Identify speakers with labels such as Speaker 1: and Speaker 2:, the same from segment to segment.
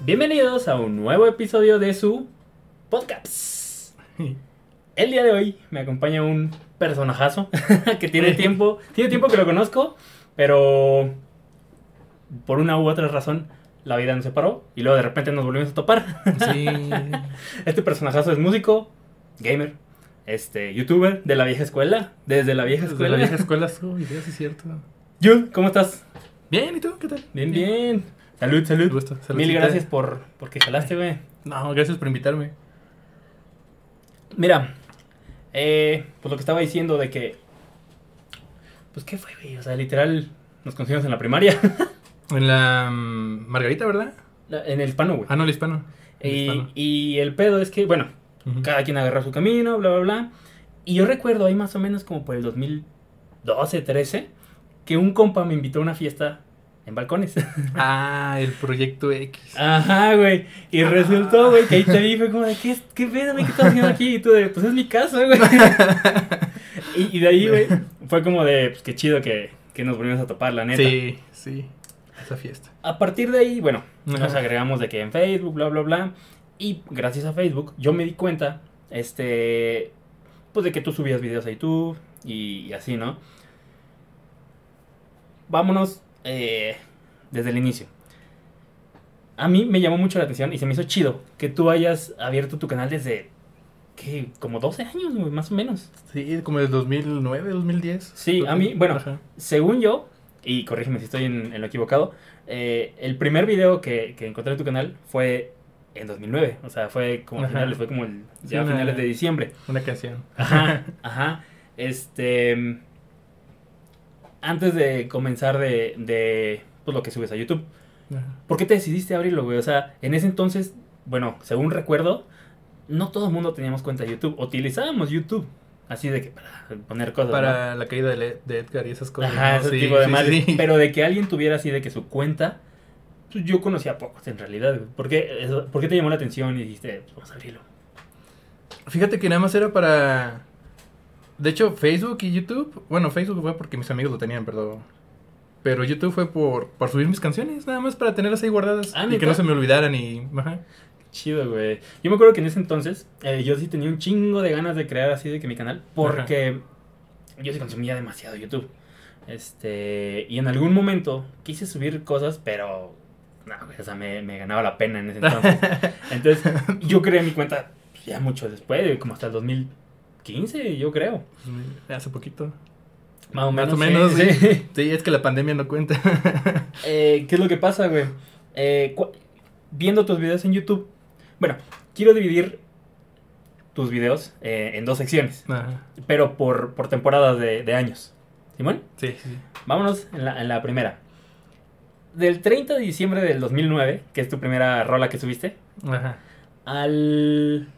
Speaker 1: Bienvenidos a un nuevo episodio de su podcast. El día de hoy me acompaña un personajazo que tiene tiempo, tiene tiempo que lo conozco, pero por una u otra razón la vida nos separó y luego de repente nos volvimos a topar.
Speaker 2: Sí.
Speaker 1: Este personajazo es músico, gamer, este youtuber de la vieja escuela, desde la vieja
Speaker 2: Desde
Speaker 1: escuela.
Speaker 2: la vieja escuela, uy, Oh, Dios, sí es cierto.
Speaker 1: Jun, ¿cómo estás?
Speaker 2: Bien, ¿y tú? ¿Qué tal?
Speaker 1: Bien, bien. Salud, salud.
Speaker 2: Me gusta, saludcita.
Speaker 1: Mil gracias por porque jalaste, güey.
Speaker 2: No, gracias por invitarme.
Speaker 1: Mira, eh, pues lo que estaba diciendo de que. Pues qué fue, güey. O sea, literal, nos conocimos en la primaria.
Speaker 2: En la mm, Margarita, ¿verdad?
Speaker 1: La- en el hispano, güey.
Speaker 2: Ah, no, el hispano. El
Speaker 1: y,
Speaker 2: hispano.
Speaker 1: y el pedo es que, bueno,
Speaker 2: Ujú.
Speaker 1: cada quien agarra su camino, bla, bla, bla. Y yo recuerdo ahí más o menos como por el 2012, 13, que un compa me invitó a una fiesta en balcones.
Speaker 2: Ah, el proyecto X.
Speaker 1: Ah, Ajá, güey. Y resultó, güey, que ahí te vi, fue como de, ¿qué, es- qué pedo, güey? ¿Qué estás haciendo aquí? Y tú de, pues es mi casa, güey. Y, y de ahí, güey, fue como de, pues qué chido que, que nos volvimos a topar, la neta.
Speaker 2: sí, sí. Esa fiesta.
Speaker 1: A partir de ahí, bueno, nos
Speaker 2: Ajá.
Speaker 1: agregamos de que en Facebook, bla, bla, bla. Y gracias a Facebook, yo me di cuenta, este, pues de que tú subías videos a YouTube y, y así, ¿no? Vámonos eh, desde el inicio. A mí me llamó mucho la atención y se me hizo chido que tú hayas abierto tu canal desde, ¿qué? Como 12 años, güey, más o menos.
Speaker 2: Sí, como del 2009, 2010.
Speaker 1: Sí, a mí, bueno,
Speaker 2: Ajá.
Speaker 1: según yo, y corrígeme si estoy en, en lo equivocado, eh, el primer video que, que encontré en tu canal fue en 2009. O sea, fue como a
Speaker 2: Ajá.
Speaker 1: finales, fue como el-
Speaker 2: Sí,
Speaker 1: ya a
Speaker 2: una-
Speaker 1: finales de diciembre.
Speaker 2: Una canción.
Speaker 1: Ajá, ajá. Este. Antes de comenzar de, de pues, lo que subes a YouTube,
Speaker 2: Ajá.
Speaker 1: ¿por qué te decidiste abrirlo, güey? O sea, en ese entonces, bueno, según recuerdo, no todo el mundo teníamos cuenta de YouTube. Utilizábamos YouTube, así de que para poner cosas. ¿no?
Speaker 2: Para la caída de, Le- de Edgar y esas cosas.
Speaker 1: Ajá,
Speaker 2: ¿no?
Speaker 1: ese
Speaker 2: Sí,
Speaker 1: tipo de
Speaker 2: sí,
Speaker 1: madres.
Speaker 2: sí.
Speaker 1: Pero de que alguien tuviera así de que su cuenta, pues, yo conocía a pocos en realidad. güey. ¿Por qué, eso- ¿Por qué te llamó la atención y dijiste, pues, vamos a abrirlo?
Speaker 2: Fíjate que nada más era para. De hecho, Facebook y YouTube. Bueno, Facebook fue porque mis amigos lo tenían, pero. Pero YouTube fue por, por subir mis canciones, nada más para tenerlas ahí guardadas.
Speaker 1: Ah,
Speaker 2: y
Speaker 1: ¿neta?
Speaker 2: que no se me olvidaran y. Ajá.
Speaker 1: Chido, güey. Yo me acuerdo que en ese entonces eh, yo sí tenía un chingo de ganas de crear así de que mi canal, porque yo sí consumía demasiado YouTube. Este, y en algún momento quise subir cosas, pero no, güey, o sea, me, me ganaba la pena en ese entonces. Entonces, yo creé mi cuenta pues, ya mucho después, güey, como hasta el 2015, yo creo.
Speaker 2: pues, Hace poquito.
Speaker 1: Más o
Speaker 2: Más
Speaker 1: menos.
Speaker 2: o menos,
Speaker 1: sí,
Speaker 2: sí.
Speaker 1: sí.
Speaker 2: Sí, es que la pandemia no cuenta.
Speaker 1: Eh, ¿Qué es lo que pasa, güey? Eh, cu- viendo tus videos en YouTube. Bueno, quiero dividir tus videos eh, en dos secciones,
Speaker 2: Ajá.
Speaker 1: pero por, por temporadas de, de años. ¿Simón?
Speaker 2: Sí, sí.
Speaker 1: Vámonos en la, en la primera. Del 30 de diciembre del 2009, que es tu primera rola que subiste,
Speaker 2: Ajá.
Speaker 1: al,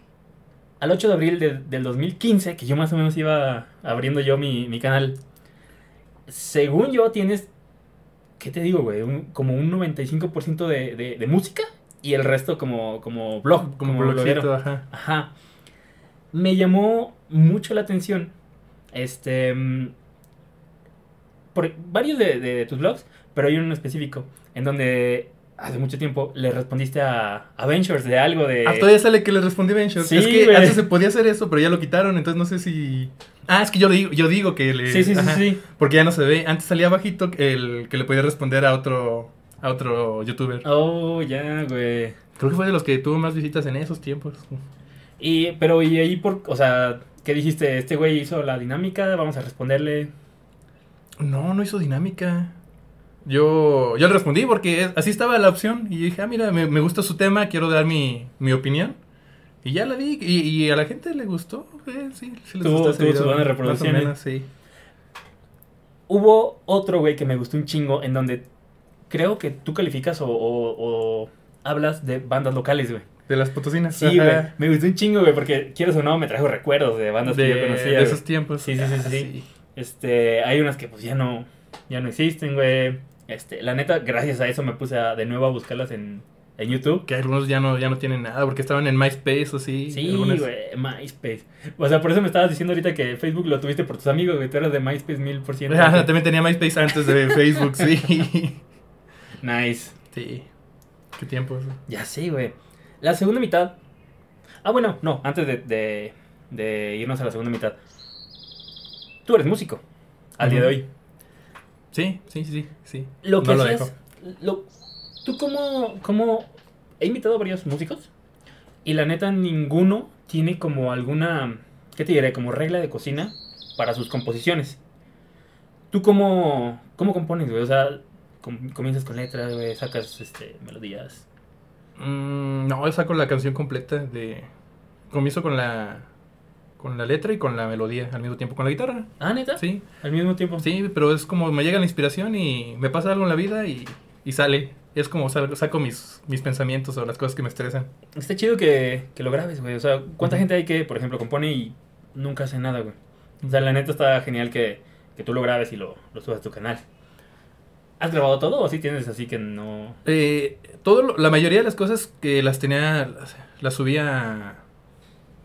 Speaker 1: al 8 de abril de- del 2015, que yo más o menos iba abriendo yo mi, mi canal, según yo tienes, ¿qué te digo, güey? Un- como un 95% de, de, de música y el resto como, como blog,
Speaker 2: Como,
Speaker 1: como, bloguero.
Speaker 2: bloguero. Ajá.
Speaker 1: Ajá. Me llamó mucho la atención. Este. mm, Por varios de, de tus blogs, pero hay uno específico en donde hace mucho tiempo le respondiste a Adventures de algo de.
Speaker 2: Ah, todavía sale que le respondí Ventures.
Speaker 1: Eh. Sí,
Speaker 2: es que
Speaker 1: güey.
Speaker 2: antes se podía hacer eso, pero ya lo quitaron, entonces no sé si. Ah, es que yo digo, yo digo que le.
Speaker 1: Sí, sí, sí,
Speaker 2: Ajá.
Speaker 1: sí.
Speaker 2: Porque ya no se ve. Antes salía bajito el que le podía responder a otro a otro youtuber.
Speaker 1: Oh, ya, güey.
Speaker 2: Creo que fue de los que tuvo más visitas en esos tiempos.
Speaker 1: Y, pero, ¿y ahí por.? O sea, ¿qué dijiste? Este güey hizo la dinámica, vamos a responderle.
Speaker 2: No, no hizo dinámica. Yo, yo le respondí porque es- así estaba la opción. Y dije, ah, mira, me, me gusta su tema, quiero dar mi, mi opinión. Y ya la di. Y, y a la gente le gustó. eh, sí, sí les
Speaker 1: Tuvo-
Speaker 2: gustó ese
Speaker 1: tuvo su
Speaker 2: video,
Speaker 1: buena
Speaker 2: más o
Speaker 1: reproducción, ¿eh?
Speaker 2: menos, sí.
Speaker 1: Hubo otro güey que me gustó un chingo en donde creo que tú calificas o, o- o hablas de bandas locales, güey.
Speaker 2: De las potosinas.
Speaker 1: Sí, güey.
Speaker 2: ajá.
Speaker 1: Me gustó un chingo, güey, porque quieres o no, me trajo recuerdos de bandas
Speaker 2: de,
Speaker 1: que yo conocía.
Speaker 2: de
Speaker 1: güey.
Speaker 2: esos tiempos.
Speaker 1: Sí, sí, sí,
Speaker 2: Ah,
Speaker 1: sí. Este, hay unas que pues ya no, ya no existen, güey. Este, la neta, gracias a eso me puse a- de nuevo a buscarlas en, en YouTube.
Speaker 2: Que algunos ya no, ya no tienen nada porque estaban en MySpace o sí.
Speaker 1: Sí,
Speaker 2: algunas-
Speaker 1: güey, MySpace. O sea, por eso me estabas diciendo ahorita que Facebook lo tuviste por tus amigos, güey. Tú eras de MySpace mil por ciento.
Speaker 2: Ah, Ajá, también tenía MySpace antes de Facebook, sí.
Speaker 1: Nice.
Speaker 2: Sí. ¿Qué tiempo es?
Speaker 1: Ya sé, güey. La segunda mitad. Ah, bueno, no, antes de, de- de irnos a la segunda mitad. Tú eres músico. Al día de
Speaker 2: Ujú.
Speaker 1: hoy.
Speaker 2: Sí, sí, sí, sí.
Speaker 1: Lo que
Speaker 2: no lo
Speaker 1: hacías- lo- ¿Tú cómo, cómo- He invitado a varios músicos. Y la neta, ninguno tiene como alguna. ¿Qué te diré? Como regla de cocina para sus composiciones. ¿Tú cómo, cómo compones, güey? O sea, com- comienzas con letras, güey, sacas este, melodías.
Speaker 2: Mm, no, yo saco la canción completa de... Comienzo con la... Con la letra y con la melodía al mismo tiempo, con la guitarra.
Speaker 1: Ah, neta.
Speaker 2: Sí,
Speaker 1: Al mismo tiempo.
Speaker 2: sí, pero es como me llega la inspiración y me pasa algo en la vida y, y sale. Es como sal- saco mis, mis pensamientos o las cosas que me estresan.
Speaker 1: Está chido que, que lo grabes, güey. O sea, ¿cuánta
Speaker 2: Ujú.
Speaker 1: gente hay que, por ejemplo, compone y nunca hace nada, güey? O sea, la neta está genial que, que tú lo grabes y lo, lo subas a tu canal. ¿Has grabado todo o sí tienes así que no...?
Speaker 2: Eh, todo lo- la mayoría de las cosas que las tenía, las, las subía...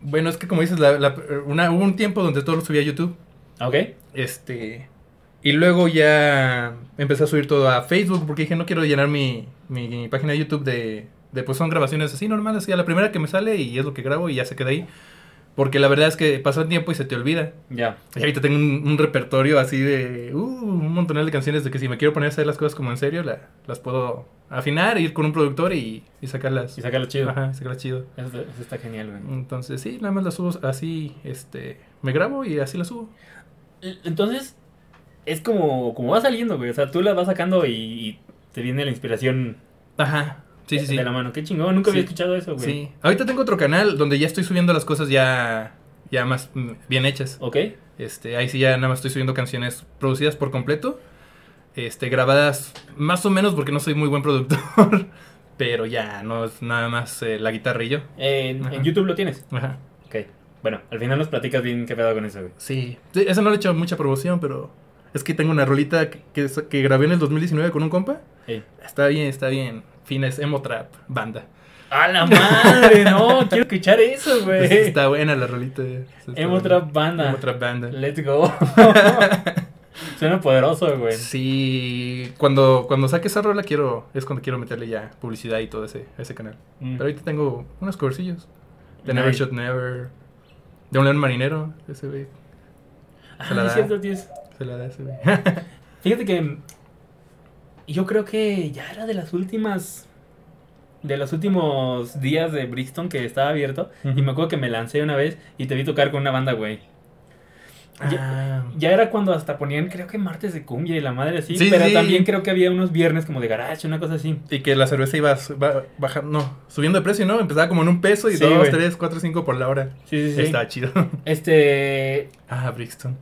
Speaker 2: Bueno, es que como dices, la- la- una- hubo un tiempo donde todo lo subía a YouTube.
Speaker 1: Ah, ¿Ok?
Speaker 2: Este. Y luego ya empecé a subir todo a Facebook porque dije, no quiero llenar mi, mi, página de YouTube de, de, Pues son grabaciones así normales, así a la primera que me sale y es lo que grabo y ya se queda ahí. Porque la verdad es que pasa el tiempo y se te olvida.
Speaker 1: Ya.
Speaker 2: Y ahorita tengo un, un repertorio así de. uh, un montón de canciones de que si me quiero poner a hacer las cosas como en serio, la- las puedo afinar, ir con un productor y, y sacarlas.
Speaker 1: Y sacarlo chido.
Speaker 2: Ajá, Mm. sacarlas chido.
Speaker 1: Eso, está- eso está genial, güey.
Speaker 2: Entonces, sí, nada más las subo así, este. Me grabo y así las subo.
Speaker 1: L- Entonces, es como, como va saliendo, güey. O sea, tú la vas sacando y, y te viene la inspiración
Speaker 2: Ajá. Sí, sí, sí.
Speaker 1: de la mano. Qué chingón, nunca había
Speaker 2: Sí.
Speaker 1: escuchado eso, güey.
Speaker 2: Sí. Ahorita tengo otro canal donde ya estoy subiendo las cosas ya, ya más mm, bien hechas.
Speaker 1: ¿Ok?
Speaker 2: Este, ahí sí ya nada más estoy subiendo canciones producidas por completo. Este, grabadas más o menos porque no soy muy buen productor. Pero ya, no es nada más eh, la guitarra y yo.
Speaker 1: En, en
Speaker 2: Ajá.
Speaker 1: YouTube lo tienes.
Speaker 2: Ajá.
Speaker 1: Ok. Bueno, al final nos platicas bien qué pedo con eso, güey.
Speaker 2: Sí. Sí, Esa no le he hecho mucha promoción, pero es que tengo una rolita que, que, sa- que grabé en el 2019 con un compa.
Speaker 1: Ey.
Speaker 2: Está bien, está bien. Fines, emo trap, banda.
Speaker 1: ¡A la madre! No, quiero escuchar eso, güey.
Speaker 2: Pues Está buena la rolita.
Speaker 1: Emo Trap Banda.
Speaker 2: Emo trap banda.
Speaker 1: Let's go. Suena poderoso, güey.
Speaker 2: Sí, cuando, cuando saque esa rola quiero, es cuando quiero meterle ya publicidad y todo ese, ese canal.
Speaker 1: Mm.
Speaker 2: Pero ahorita tengo unos covercillos. The
Speaker 1: Nice.
Speaker 2: Never Shot Never. De un león marinero. Ese güey.
Speaker 1: Ah,
Speaker 2: se la
Speaker 1: es
Speaker 2: da.
Speaker 1: cierto, tienes-
Speaker 2: Se la da ese güey.
Speaker 1: Fíjate que yo creo que ya era de las últimas de los últimos días de Brixton que estaba abierto y me acuerdo que me lancé una vez y te vi tocar con una banda, güey.
Speaker 2: Ah,
Speaker 1: Ya era cuando hasta ponían, creo que martes de cumbia y la madre así,
Speaker 2: Sí,
Speaker 1: pero
Speaker 2: sí.
Speaker 1: también creo que había unos viernes como de garage, una cosa así.
Speaker 2: Y que la cerveza iba su- ba- bajando, no, subiendo de precio, ¿no? Empezaba como en un peso y
Speaker 1: Sí,
Speaker 2: dos,
Speaker 1: güey.
Speaker 2: tres, cuatro, cinco por la hora.
Speaker 1: Sí, sí, sí.
Speaker 2: Estaba chido.
Speaker 1: Este,
Speaker 2: Ah, Brixton.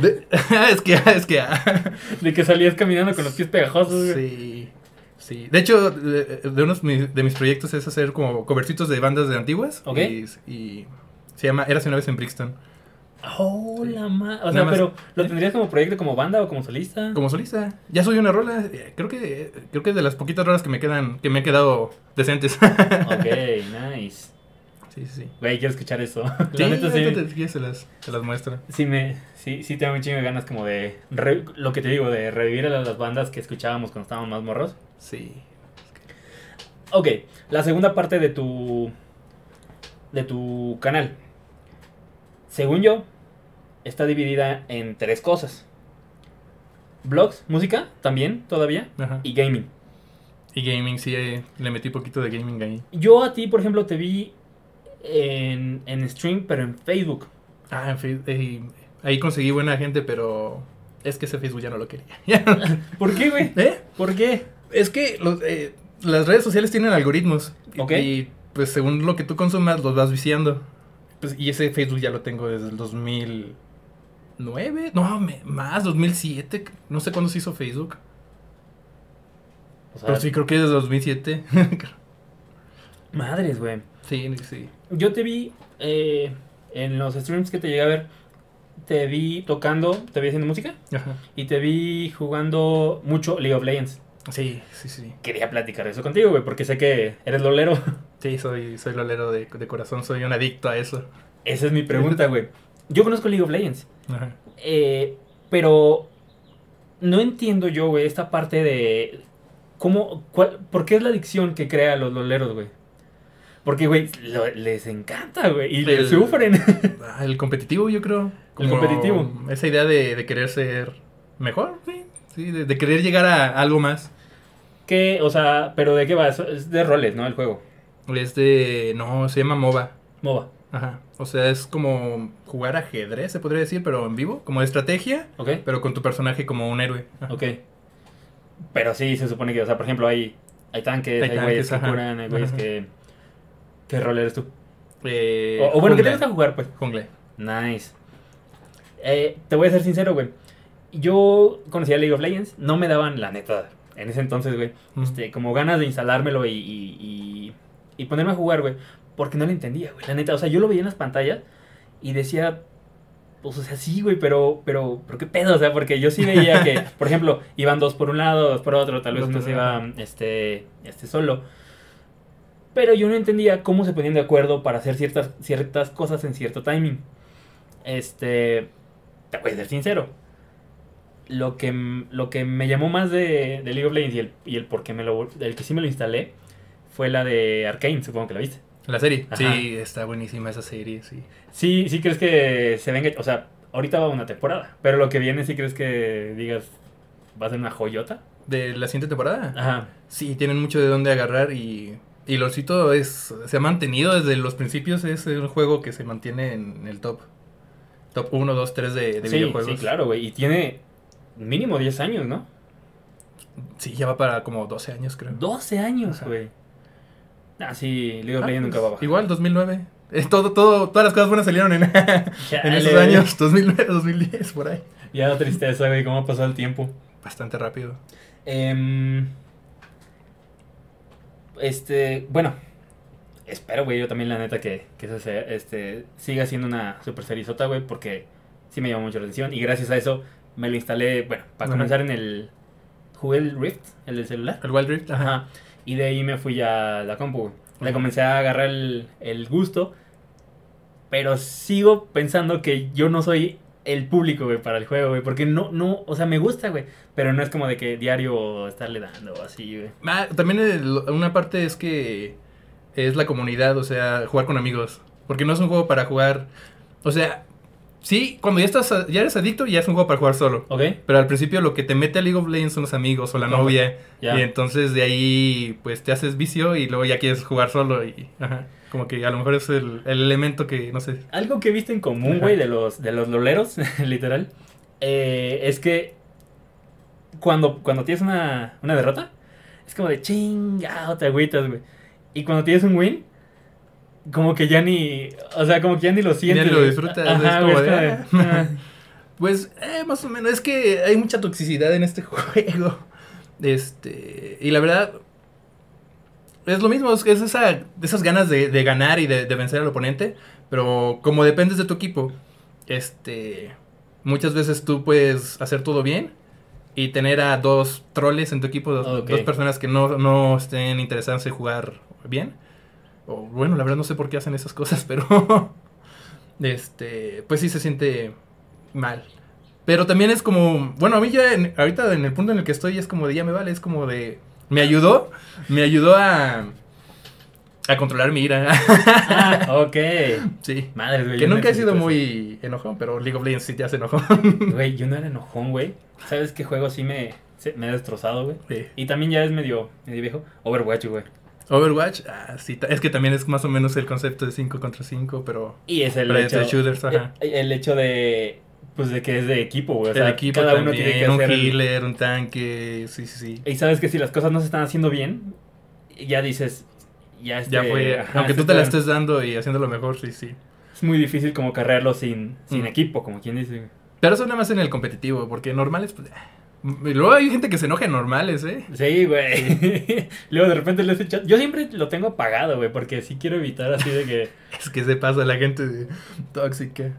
Speaker 2: De- es que, es que. ah.
Speaker 1: de que salías caminando con los pies pegajosos, güey.
Speaker 2: Sí, sí. De hecho, de, de unos mi- de mis proyectos es hacer como covercitos de bandas de antiguas.
Speaker 1: Ok.
Speaker 2: Y, y se llama Érase una vez en Brixton.
Speaker 1: Oh,
Speaker 2: Sí.
Speaker 1: la ma- O
Speaker 2: Nada
Speaker 1: sea,
Speaker 2: más-
Speaker 1: pero ¿lo tendrías como proyecto, como banda o como solista?
Speaker 2: Como solista. Ya soy una rola. eh, Creo que eh, creo que es de las poquitas rolas que me quedan, que me han quedado decentes.
Speaker 1: Ok, nice.
Speaker 2: sí, sí, sí.
Speaker 1: Güey, quiero escuchar eso.
Speaker 2: Sí,
Speaker 1: La neta sí.
Speaker 2: ahorita te- ya se las, se las muestro.
Speaker 1: Sí, me, sí, sí tengo un chingo de ganas como de, re- lo que te digo, de revivir a las bandas que escuchábamos cuando estábamos más morros.
Speaker 2: Sí.
Speaker 1: Ok, la segunda parte de tu, de tu canal. Según yo, está dividida en tres cosas. Blogs, música, también, todavía,
Speaker 2: Ajá. Y,
Speaker 1: y gaming.
Speaker 2: gaming, sí, eh, le metí poquito de gaming ahí.
Speaker 1: Yo a ti, por ejemplo, te vi en, en stream, pero en Facebook.
Speaker 2: Ah, en fin, eh, ahí conseguí buena gente, pero es que ese Facebook ya no lo quería. Ya no lo-
Speaker 1: ¿Por qué, güey?
Speaker 2: ¿Eh?
Speaker 1: ¿Por qué?
Speaker 2: Es que los, eh, las redes sociales tienen algoritmos. Y-
Speaker 1: Ok.
Speaker 2: Y, pues según lo que tú consumas, los vas viciando. Pues, y ese Facebook ya lo tengo desde el 2009. No, me- más, 2007. No sé cuándo se hizo Facebook.
Speaker 1: O sea,
Speaker 2: Pero Pues sí, creo que desde 2007.
Speaker 1: madres, güey.
Speaker 2: sí, sí.
Speaker 1: Yo te vi eh, en los streams que te llegué a ver, te vi tocando, te vi haciendo música
Speaker 2: Ajá.
Speaker 1: y te vi jugando mucho League of Legends.
Speaker 2: Sí, sí, sí.
Speaker 1: Quería platicar eso contigo, güey, porque sé que eres lolero.
Speaker 2: Sí, soy, soy lolero de, de corazón, soy un adicto a eso.
Speaker 1: Esa es mi pregunta, güey. Yo conozco League of Legends,
Speaker 2: Ajá.
Speaker 1: eh, pero no entiendo yo, güey, esta parte de ¿Cómo, cuál, ¿Por qué es la adicción que crea los loleros, güey? Porque, güey, lo- les encanta, güey, y le
Speaker 2: El-
Speaker 1: sufren.
Speaker 2: Ah, el competitivo, yo creo. Como
Speaker 1: competitivo.
Speaker 2: Esa idea de, de querer ser mejor, sí. Sí, de, de querer llegar a algo más.
Speaker 1: que, o sea, pero ¿de qué va? Eso Es de roles, ¿no? El juego.
Speaker 2: Es de. No, se llama MOBA.
Speaker 1: MOBA,
Speaker 2: Ajá. O sea, es como jugar ajedrez, se podría decir, pero en vivo. Como estrategia,
Speaker 1: ¿ok?
Speaker 2: pero con tu personaje como un héroe. Ajá.
Speaker 1: Ok. Pero sí, se supone que, o sea, por ejemplo, hay, hay tanques,
Speaker 2: Hay
Speaker 1: hay güeyes
Speaker 2: tanques,
Speaker 1: que
Speaker 2: ajá.
Speaker 1: curan, hay güeyes
Speaker 2: Ajá.
Speaker 1: que... ¿Qué rol eres tú?
Speaker 2: Eh,
Speaker 1: O, o bueno, ¿qué te
Speaker 2: jungla.
Speaker 1: gusta jugar, pues?
Speaker 2: Jungla.
Speaker 1: Nice. Eh, te voy a ser sincero, güey. Yo conocía League of Legends, no me daban la neta en ese entonces, güey.
Speaker 2: Ujú.
Speaker 1: este, como ganas de instalármelo y, y- y- y ponerme a jugar, güey. Porque no lo entendía, güey. La neta, o sea, yo lo veía en las pantallas y decía, pues, o sea, sí, güey, pero, pero, pero qué pedo, o sea, porque yo sí veía que, por ejemplo, iban dos por un lado, dos por otro, tal vez
Speaker 2: Dos
Speaker 1: uno
Speaker 2: por
Speaker 1: se
Speaker 2: uno.
Speaker 1: iba, este, este solo. Pero yo no entendía cómo se ponían de acuerdo para hacer ciertas, ciertas cosas en cierto timing. Este, te voy a ser sincero. Lo que, m- lo que me llamó más de, de League of Legends y el, y el por qué me lo, el que sí me lo instalé fue la de Arkane, supongo que la viste.
Speaker 2: La serie.
Speaker 1: Ajá.
Speaker 2: Sí, está buenísima esa serie, sí.
Speaker 1: Sí, sí crees que se venga, o sea, ahorita va una temporada, pero lo que viene sí crees que digas va a ser una joyota.
Speaker 2: De la siguiente temporada.
Speaker 1: Ajá.
Speaker 2: Sí, tienen mucho de dónde agarrar y, y Lolcito es, se ha mantenido desde los principios, es un juego que se mantiene en el top. Top 1, 2, 3 de, de
Speaker 1: sí,
Speaker 2: videojuegos.
Speaker 1: sí, claro, güey, y tiene mínimo 10 años, ¿no?
Speaker 2: Sí, ya va para como 12 años, creo.
Speaker 1: 12 años,
Speaker 2: Ajá.
Speaker 1: güey. Ah, sí, League of
Speaker 2: Ah,
Speaker 1: Legends nunca
Speaker 2: pues,
Speaker 1: va a bajar.
Speaker 2: Igual, 2009. Eh, todo, todo, todas las cosas buenas salieron en, en
Speaker 1: Chale,
Speaker 2: esos
Speaker 1: güey.
Speaker 2: años, 2009, 2010, por ahí.
Speaker 1: Ya da tristeza, güey, cómo ha pasado el tiempo.
Speaker 2: Bastante rápido.
Speaker 1: Em, este, bueno, espero, güey, yo también la neta que, que eso sea, este, siga siendo una super serizota, güey, porque sí me llamó mucho la atención y gracias a eso me lo instalé, bueno, para
Speaker 2: Ajá.
Speaker 1: comenzar en el, jugué el Rift, el del celular,
Speaker 2: El Wild Rift, ajá.
Speaker 1: ajá, y de ahí me fui ya a la compu, güey. Le
Speaker 2: Ujú.
Speaker 1: comencé a agarrar el, el gusto, pero sigo pensando que yo no soy el público, güey, para el juego, güey, porque no, no, o sea, me gusta, güey, pero no es como de que diario estarle dando o así, güey.
Speaker 2: Ah, también el- una parte es que es la comunidad, o sea, jugar con amigos. Porque no es un juego para jugar. O sea, sí, cuando ya estás a- ya eres adicto, ya es un juego para jugar solo.
Speaker 1: ¿Ok?
Speaker 2: Pero al principio lo que te mete a League of Legends son los amigos o la
Speaker 1: Ajá.
Speaker 2: novia.
Speaker 1: Ya.
Speaker 2: Y entonces de ahí, pues te haces vicio y luego ya quieres jugar solo. Y ajá, como que a lo mejor es el, el elemento que, no sé.
Speaker 1: Algo que he visto en común, güey, de los, de los loleros, literal, eh, es que cuando, cuando tienes una, una derrota, es como de chingado, te agüitas, güey. Y cuando tienes un win, como que ya ni, o sea, como que ya ni lo sientes.
Speaker 2: lo
Speaker 1: güey.
Speaker 2: disfrutas,
Speaker 1: Ajá,
Speaker 2: es
Speaker 1: güey,
Speaker 2: como de,
Speaker 1: es como de, ah.
Speaker 2: ah. Pues, eh, más o menos. Es que hay mucha toxicidad en este juego. Este. Y la verdad. Es lo mismo, es, es esa, esas ganas de, de ganar y de, de vencer al oponente. Pero como dependes de tu equipo, este. Muchas veces tú puedes hacer todo bien y tener a dos troles en tu equipo, dos,
Speaker 1: Ok.
Speaker 2: dos personas que no, no estén interesadas en jugar bien. O bueno, la verdad no sé por qué hacen esas cosas, pero. este. Pues sí se siente mal. Pero también es como, bueno, a mí ya en- ahorita en el punto en el que estoy es como de ya me vale, es como de me ayudó, me ayudó a a controlar mi ira.
Speaker 1: Ah, ok.
Speaker 2: sí.
Speaker 1: Madre, güey.
Speaker 2: Que
Speaker 1: yo
Speaker 2: nunca he sido
Speaker 1: necesito
Speaker 2: muy enojón, pero League of Legends sí te hace enojón.
Speaker 1: eso. Güey, yo no era enojón, güey. ¿Sabes qué juego sí me, se- me ha destrozado, güey?
Speaker 2: Sí.
Speaker 1: Y también ya es medio, medio viejo. Overwatch, güey.
Speaker 2: Overwatch, ah, sí, ta- es que también es más o menos el concepto de 5 contra 5, pero
Speaker 1: Y es el
Speaker 2: Pero es
Speaker 1: hecho.
Speaker 2: de shooters, ajá.
Speaker 1: El, Eh, el hecho de. Pues de que es de equipo, güey. O sea,
Speaker 2: el equipo
Speaker 1: cada uno
Speaker 2: también,
Speaker 1: tiene que
Speaker 2: un
Speaker 1: hacer. el-
Speaker 2: healer, un tanque, sí, sí, sí.
Speaker 1: Y sabes que si las cosas no se están haciendo bien, ya dices. Ya, este,
Speaker 2: Ya fue,
Speaker 1: ajá,
Speaker 2: aunque
Speaker 1: este
Speaker 2: tú te la
Speaker 1: está-
Speaker 2: estés dando y haciendo lo mejor, sí, sí.
Speaker 1: Es muy difícil como carrerlo sin, sin
Speaker 2: Mm.
Speaker 1: equipo, como quien dice. güey.
Speaker 2: Pero eso nada más en el competitivo, porque normales, pues. ah. Y Luego hay gente que se enoja en normales, ¿eh?
Speaker 1: Sí, güey. Luego de repente le he echado. Yo siempre lo tengo apagado, güey, porque sí quiero evitar así de que.
Speaker 2: Es que se pasa la gente de- tóxica.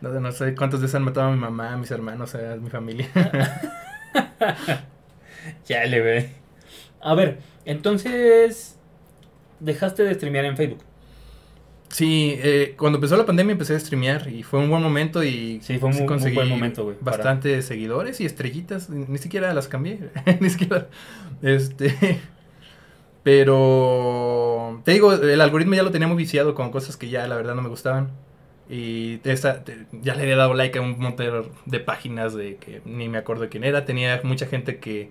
Speaker 2: No, no sé cuántas veces han matado a mi mamá, a mis hermanos, a mi familia.
Speaker 1: Chale, güey. A ver, entonces. Dejaste de streamear en Facebook.
Speaker 2: Sí, eh, cuando empezó la pandemia empecé a streamear y fue un buen momento y
Speaker 1: Sí, fue un- un
Speaker 2: conseguí
Speaker 1: buen momento, güey, para-
Speaker 2: Bastante seguidores y estrellitas, ni siquiera las cambié, ni siquiera, este, pero te digo, el algoritmo ya lo tenía muy viciado con cosas que ya la verdad no me gustaban y esa- te- ya le había dado like a un montón de páginas de que ni me acuerdo quién era, tenía mucha gente que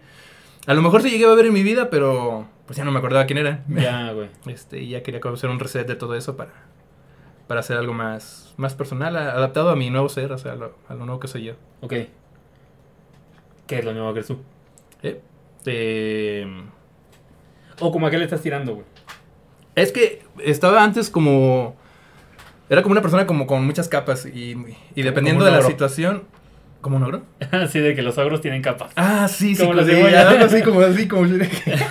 Speaker 2: a lo mejor sí llegué a ver en mi vida, pero pues ya no me acordaba quién era.
Speaker 1: Ya, güey.
Speaker 2: Este, y ya quería hacer un reset de todo eso para, para hacer algo más, más personal, a- adaptado a mi nuevo ser, o sea, a lo, a lo nuevo que soy yo.
Speaker 1: Ok. ¿Qué es lo nuevo que eres tú?
Speaker 2: Eh, eh,
Speaker 1: O como a qué le estás tirando, güey.
Speaker 2: es que estaba antes como... Era como una persona como con muchas capas y, y
Speaker 1: Como un
Speaker 2: dependiendo de la
Speaker 1: ogro.
Speaker 2: situación... ¿Como un ogro?
Speaker 1: Así de que los ogros tienen capas.
Speaker 2: Ah, sí, sí,
Speaker 1: Como la
Speaker 2: sí,
Speaker 1: cebolla.
Speaker 2: algo así, como así, como...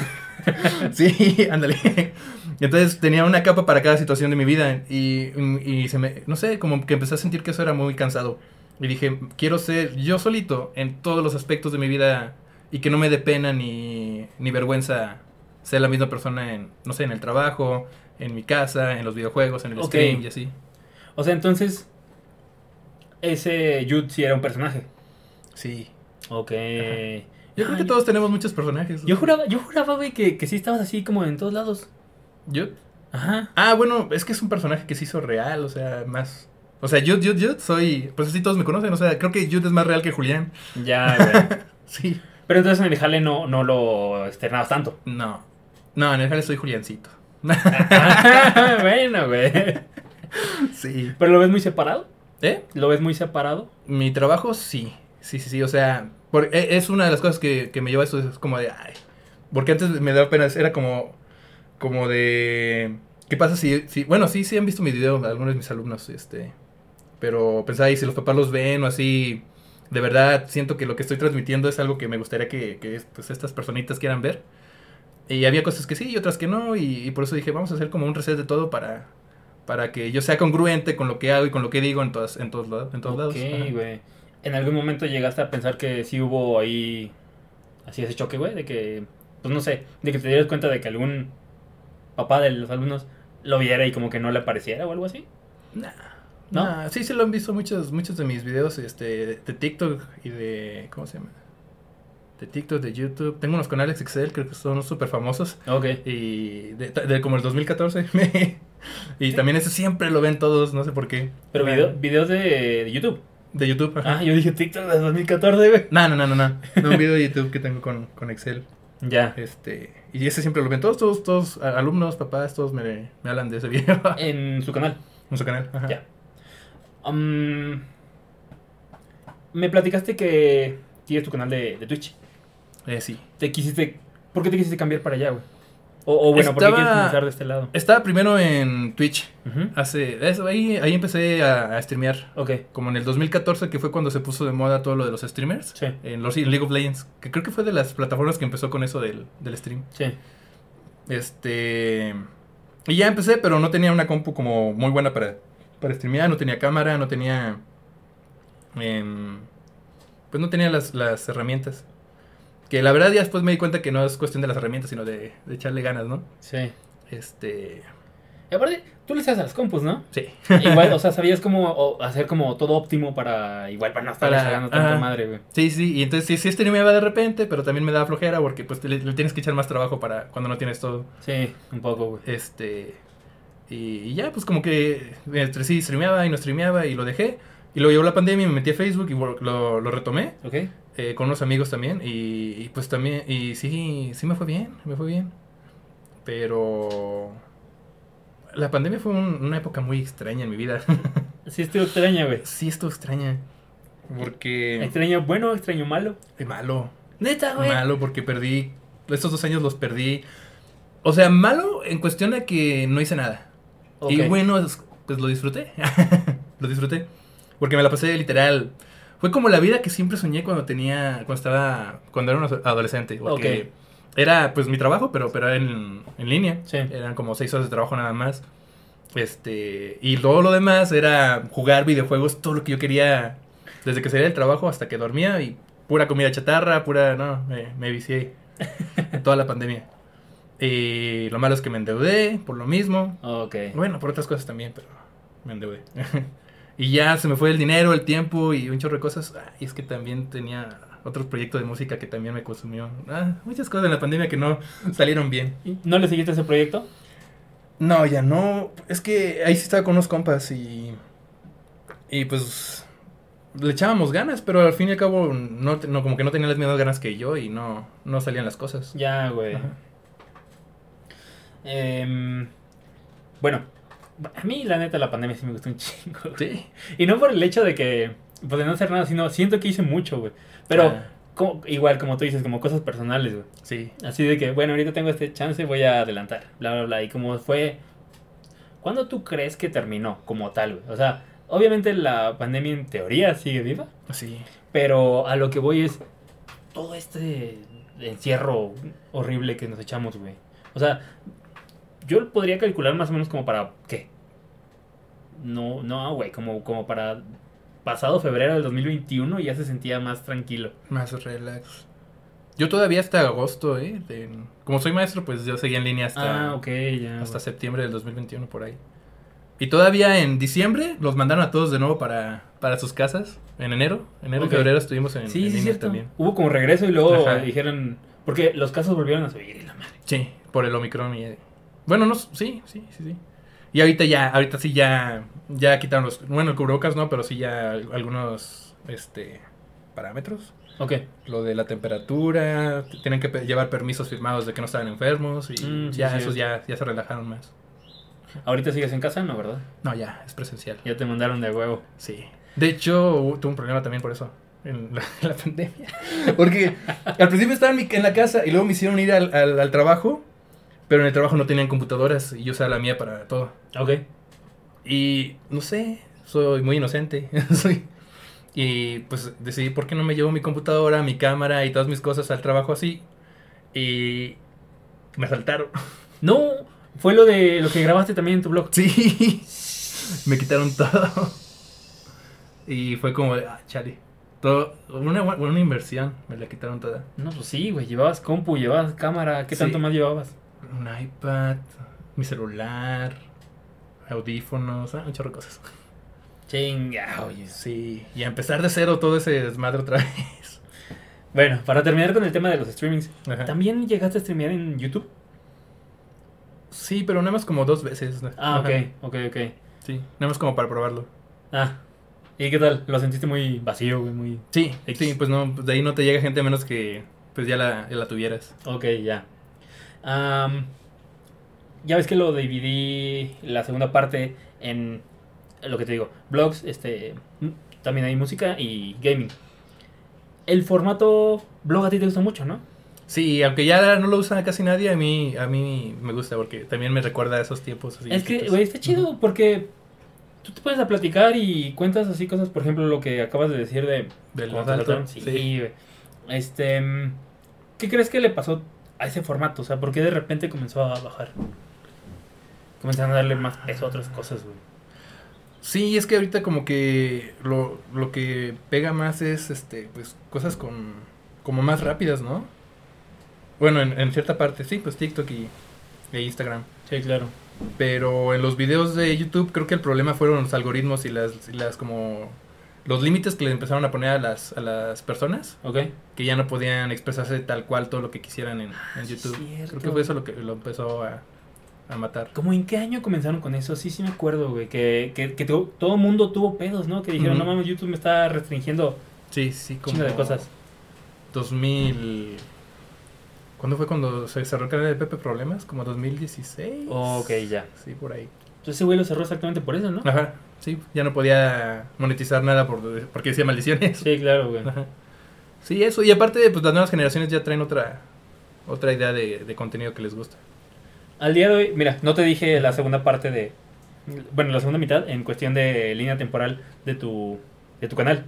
Speaker 2: sí, ándale. Entonces tenía una capa para cada situación de mi vida y, y se me, no sé, como que empecé a sentir que eso era muy cansado. Y dije, quiero ser yo solito en todos los aspectos de mi vida y que no me dé pena ni, ni vergüenza ser la misma persona en, no sé, en el trabajo, en mi casa, en los videojuegos, en el
Speaker 1: Ok.
Speaker 2: stream y así.
Speaker 1: O sea, entonces. Ese Jude sí era un personaje.
Speaker 2: Sí.
Speaker 1: Ok.
Speaker 2: Yo creo que
Speaker 1: Ay,
Speaker 2: todos tenemos muchos personajes.
Speaker 1: Yo juraba, yo juraba, güey, que, que sí estabas así como en todos lados.
Speaker 2: Yo
Speaker 1: Ajá.
Speaker 2: Ah, bueno, es que es un personaje que se hizo real, o sea, más. O sea, Jude, Jude, Jude, soy. Pues así todos me conocen, o sea, creo que Jude es más real que Julián.
Speaker 1: Ya, güey.
Speaker 2: Sí.
Speaker 1: Pero entonces en el jale no, no lo externabas tanto.
Speaker 2: No. No, en el jale soy Juliancito.
Speaker 1: bueno, güey.
Speaker 2: Sí.
Speaker 1: Pero lo ves muy separado.
Speaker 2: ¿Eh?
Speaker 1: Lo ves muy separado.
Speaker 2: Mi trabajo, sí. Sí, sí, sí, o sea, por- e- es una de las cosas que, que me lleva a eso, es como de. Ay. Porque antes me daba pena, era como. Como de. ¿Qué pasa si, si.? Bueno, sí, sí han visto mi video, algunos de mis alumnos, este. Pero pensaba, y si los papás los ven o así, de verdad siento que lo que estoy transmitiendo es algo que me gustaría que, que, pues, estas personitas quieran ver. Y había cosas que sí y otras que no, y, y por eso dije, vamos a hacer como un reset de todo para, para que yo sea congruente con lo que hago y con lo que digo en, todas, en todos, lados, en todos
Speaker 1: Ok,
Speaker 2: lados. Ajá.
Speaker 1: güey. ¿En algún momento llegaste a pensar que sí hubo ahí así ese choque, güey? De que, pues no sé, de que te dieras cuenta de que algún papá de los alumnos lo viera y como que no le pareciera o algo así.
Speaker 2: Nah,
Speaker 1: ¿No?
Speaker 2: nah, Ah, sí, sí lo han visto muchos, muchos de mis videos este, de TikTok y de. ¿Cómo se llama? De TikTok, de YouTube. Tengo unos con Alex Excel, creo que son súper famosos.
Speaker 1: Ok.
Speaker 2: Y de, de como el 2014. y también ese siempre lo ven todos, no sé por qué.
Speaker 1: Pero
Speaker 2: Ah,
Speaker 1: video- videos de, de YouTube.
Speaker 2: De YouTube, ajá.
Speaker 1: Ah, yo dije TikTok de 2014, güey.
Speaker 2: No, no, no, no, no. No, un video de YouTube que tengo con, con Excel.
Speaker 1: Ya.
Speaker 2: Este, y ese siempre lo ven todos, todos, todos, a- alumnos, papás, todos me, me hablan de ese video
Speaker 1: En su canal.
Speaker 2: en su canal. Ajá.
Speaker 1: Eh. Ya. Um, me platicaste que tienes tu canal de, de Twitch.
Speaker 2: Eh, sí.
Speaker 1: Te quisiste, ¿Por qué te quisiste cambiar para allá, güey? O, o bueno, ¿por
Speaker 2: Estaba-
Speaker 1: qué
Speaker 2: Ah.
Speaker 1: quieres comenzar de este lado?
Speaker 2: Estaba primero en Twitch.
Speaker 1: Ujú.
Speaker 2: Hace, eso, ahí, ahí empecé a, a streamear.
Speaker 1: Ok,
Speaker 2: Como en el 2014, que fue cuando se puso de moda todo lo de los streamers.
Speaker 1: sí,
Speaker 2: En, los, en League of Legends. Que creo que fue de las plataformas que empezó con eso del, del stream.
Speaker 1: sí.
Speaker 2: Este. Y ya empecé, pero no tenía una compu como muy buena para, para streamear. No tenía cámara, no tenía. em, pues no tenía las, las herramientas. Que la verdad ya después me di cuenta que no es cuestión de las herramientas, sino de, de echarle ganas, ¿no?
Speaker 1: Sí.
Speaker 2: Este.
Speaker 1: Y aparte, tú le sabes a las compus, ¿no?
Speaker 2: Sí.
Speaker 1: Igual, o sea, sabías cómo o hacer como todo óptimo para igual para no estar
Speaker 2: Para-
Speaker 1: cagando tanta
Speaker 2: ajá.
Speaker 1: madre, güey.
Speaker 2: Sí, sí, y entonces sí, sí streameaba de repente, pero también me daba flojera porque pues te- le, le tienes que echar más trabajo para cuando no tienes todo.
Speaker 1: Sí, un poco, güey.
Speaker 2: Este. Y, y ya, pues como que entre sí streameaba y no streameaba y lo dejé. Y luego llegó la pandemia y me metí a Facebook y wor- lo, lo retomé
Speaker 1: Ok.
Speaker 2: eh, con unos amigos también. Y, y, pues también, y sí, sí me fue bien, me fue bien. Pero. La pandemia fue un- una época muy extraña en mi vida.
Speaker 1: Sí, estoy extraña, güey.
Speaker 2: sí, esto extraña. Porque.
Speaker 1: Extraño bueno, extraño malo.
Speaker 2: Qué malo.
Speaker 1: Neta,
Speaker 2: Malo porque perdí. Estos dos años los perdí. O sea, malo en cuestión de que no hice nada.
Speaker 1: Ok.
Speaker 2: Y bueno, es- pues lo disfruté. lo disfruté. Porque me la pasé literal. Fue como la vida que siempre soñé cuando tenía. Cuando estaba. Cuando era un aso- adolescente. Porque era pues mi trabajo, pero, pero era en, en línea.
Speaker 1: Sí.
Speaker 2: Eran como seis horas de trabajo nada más. Este. Y todo lo demás era jugar videojuegos, todo lo que yo quería. Desde que salía del trabajo hasta que dormía y pura comida chatarra, pura. No, me, me vicié. toda la pandemia. Y lo malo es que me endeudé por lo mismo.
Speaker 1: Ok.
Speaker 2: Eh, Bueno, por otras cosas también, pero me endeudé. y ya se me fue el dinero, el tiempo y un chorro de cosas. Ah, y es que también tenía otro proyecto de música que también me consumió. Ah, muchas cosas en la pandemia que no salieron bien.
Speaker 1: ¿No le seguiste ese proyecto?
Speaker 2: No, ya no. Es que ahí sí estaba con unos compas y. Y pues. Le echábamos ganas, pero al fin y al cabo, no, te- no, como que no tenían las mismas ganas que yo y no, no salían las cosas.
Speaker 1: Ya, güey.
Speaker 2: Ajá.
Speaker 1: Em, bueno, a mí la neta la pandemia sí me gustó un chingo. güey.
Speaker 2: Sí.
Speaker 1: Y no por el hecho de que, pues de no hacer nada, sino siento que hice mucho, güey. Pero
Speaker 2: Ah.
Speaker 1: como- igual, como tú dices, como cosas personales, güey.
Speaker 2: Sí.
Speaker 1: Así de que, bueno, ahorita tengo este chance, voy a adelantar, bla, bla, bla. Y como fue, ¿cuándo tú crees que terminó como tal, güey? O sea, obviamente la pandemia en teoría sigue viva,
Speaker 2: Sí.
Speaker 1: pero a lo que voy es todo este encierro horrible que nos echamos, güey. O sea, yo podría calcular más o menos como para, ¿qué? No, no, güey, como, como para pasado febrero del 2021 ya se sentía más tranquilo.
Speaker 2: Más relax. Yo todavía hasta agosto, ¿eh? De- como soy maestro, pues yo seguía en línea hasta,
Speaker 1: ah, ok, ya.
Speaker 2: hasta
Speaker 1: güey.
Speaker 2: septiembre del 2021 por ahí. Y todavía en diciembre los mandaron a todos de nuevo para, para sus casas. En enero, enero
Speaker 1: Ok.
Speaker 2: y febrero estuvimos en, en
Speaker 1: Sí, sí,
Speaker 2: línea
Speaker 1: cierto.
Speaker 2: también.
Speaker 1: Hubo como regreso y luego
Speaker 2: Ajá.
Speaker 1: eh, dijeron. Porque los casos volvieron a subir y la madre.
Speaker 2: Sí, por el Omicron y... Bueno, no, sí, sí, sí, sí. Y ahorita ya, ahorita sí ya, ya quitaron los... Bueno, el cubrebocas no, pero sí ya al- algunos, este, parámetros.
Speaker 1: Ok.
Speaker 2: Lo de la temperatura, t- tienen que pe- llevar permisos firmados de que no estaban enfermos y
Speaker 1: Mm, sí,
Speaker 2: ya
Speaker 1: sí,
Speaker 2: esos
Speaker 1: sí.
Speaker 2: ya, ya se relajaron más.
Speaker 1: Ahorita sigues en casa, ¿no, verdad?
Speaker 2: No, ya, es presencial.
Speaker 1: Ya te mandaron de huevo.
Speaker 2: Sí. De hecho, hubo- tuve un problema también por eso, en la, la pandemia. Porque al principio estaba en, mi- en la casa y luego me hicieron ir al, al- al trabajo, pero en el trabajo no tenían computadoras y yo usaba la mía para todo.
Speaker 1: Ok.
Speaker 2: Y no sé, soy muy inocente. soy, y pues decidí por qué no me llevo mi computadora, mi cámara y todas mis cosas al trabajo así. Y me asaltaron.
Speaker 1: No, fue lo de lo que grabaste también en tu blog.
Speaker 2: Sí. Me quitaron todo. Y fue como, de, ah, chale. Todo, una, bu- una inversión, me la quitaron toda.
Speaker 1: No, pues sí, güey. Llevabas compu, llevabas cámara. ¿Qué
Speaker 2: Sí.
Speaker 1: tanto más llevabas?
Speaker 2: Un iPad, mi celular, audífonos, ah, un chorro de cosas.
Speaker 1: Chinga, Ah, oye.
Speaker 2: Sí. Y a empezar de cero todo ese desmadre otra vez.
Speaker 1: Bueno, para terminar con el tema de los streamings.
Speaker 2: Ajá.
Speaker 1: ¿También llegaste a streamear en YouTube?
Speaker 2: Sí, pero nada más como dos veces.
Speaker 1: Ah,
Speaker 2: Ajá.
Speaker 1: ok, ok, ok.
Speaker 2: Sí, nada más como para probarlo.
Speaker 1: Ah. ¿Y qué tal? ¿Lo sentiste muy vacío, güey? Muy.
Speaker 2: Sí,
Speaker 1: X.
Speaker 2: sí, pues no, pues de ahí no te llega gente a menos que pues ya la, la tuvieras.
Speaker 1: Ok, ya. Am, ya ves que lo dividí la segunda parte en lo que te digo, blogs, este, m- también hay música y gaming. El formato blog a ti te gusta mucho, ¿no?
Speaker 2: Sí, aunque ya no lo usa casi nadie, a mí, a mí me gusta porque también me recuerda a esos tiempos. así
Speaker 1: es que,
Speaker 2: viejitos.
Speaker 1: güey, está chido porque tú te puedes a platicar y cuentas así cosas, por ejemplo, lo que acabas de decir de...
Speaker 2: Del
Speaker 1: cuando te
Speaker 2: asalto,
Speaker 1: asaltaron. Sí,
Speaker 2: sí.
Speaker 1: güey. Este, mm, ¿qué crees que le pasó a ese formato? O sea, ¿por qué de repente comenzó a bajar? Comenzaron a darle más peso a otras cosas, güey.
Speaker 2: Sí, es que ahorita como que lo, lo que pega más es este, pues cosas con como más rápidas, ¿no? Bueno, en, en cierta parte, sí, pues TikTok y, e Instagram.
Speaker 1: Sí, claro.
Speaker 2: Pero en los videos de YouTube creo que el problema fueron los algoritmos y las, y las como los límites que le empezaron a poner a las, a las personas
Speaker 1: ¿Ok?
Speaker 2: que ya no podían expresarse tal cual todo lo que quisieran en, en YouTube.
Speaker 1: Ah, cierto.
Speaker 2: Creo que fue eso lo que lo empezó a, a matar.
Speaker 1: ¿Cómo en qué año comenzaron con eso? Sí, sí me acuerdo, güey. Que, que, que tu- todo el mundo tuvo pedos, ¿no? Que dijeron,
Speaker 2: Ujú.
Speaker 1: no mames, YouTube me está restringiendo
Speaker 2: Sí, sí, como
Speaker 1: chingo de cosas.
Speaker 2: 2000 ¿Cuándo fue cuando se cerró el canal de Pepe Problemas? Como 2016.
Speaker 1: Oh, Ok, ya.
Speaker 2: Sí, por ahí.
Speaker 1: Entonces ese güey lo cerró exactamente por eso, ¿no?
Speaker 2: Ajá. Sí, ya no podía monetizar nada por, porque decía maldiciones.
Speaker 1: Sí, claro, güey.
Speaker 2: Ajá. Sí, eso. Y aparte, pues las nuevas generaciones ya traen otra otra idea de, de contenido que les gusta.
Speaker 1: Al día de hoy, mira, no te dije la segunda parte de. Bueno, la segunda mitad en cuestión de línea temporal de tu, de tu canal.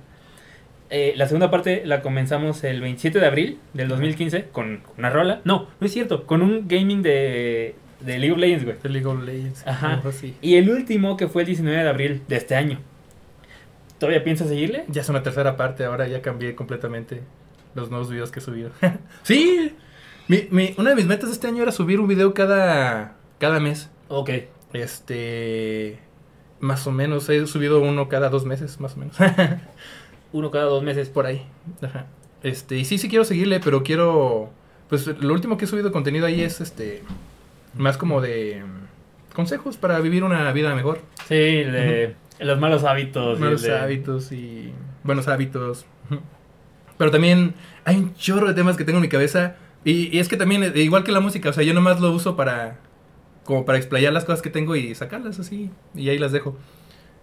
Speaker 1: Eh, la segunda parte la comenzamos el 27 de abril del 2015 con una rola. No, no es cierto, con un gaming de, de League of Legends, güey.
Speaker 2: The League of Legends.
Speaker 1: Ajá.
Speaker 2: Ajá. Sí.
Speaker 1: Y el último que fue el 19 de abril de este año. ¿Todavía piensas seguirle?
Speaker 2: Ya es una tercera parte, ahora ya cambié completamente los nuevos videos que he subido. sí, Mi- mi- una de mis metas este año era subir un video cada, cada mes.
Speaker 1: Ok.
Speaker 2: Este. Más o menos. He subido uno cada dos meses, más o menos.
Speaker 1: Uno cada dos meses.
Speaker 2: Por ahí. Ajá. Este, y sí, sí quiero seguirle, pero quiero. Pues lo último que he subido contenido ahí es este. Más como de. mm, Consejos para vivir una vida mejor.
Speaker 1: Sí, de los malos hábitos. y
Speaker 2: Malos
Speaker 1: Oh, de-
Speaker 2: hábitos y. Buenos hábitos. Ujú. Pero también hay un chorro de temas que tengo en mi cabeza. Y, y es que también, eh, igual que la música, o sea, yo nomás lo uso para. Como para explayar las cosas que tengo y sacarlas así. Y ahí las dejo.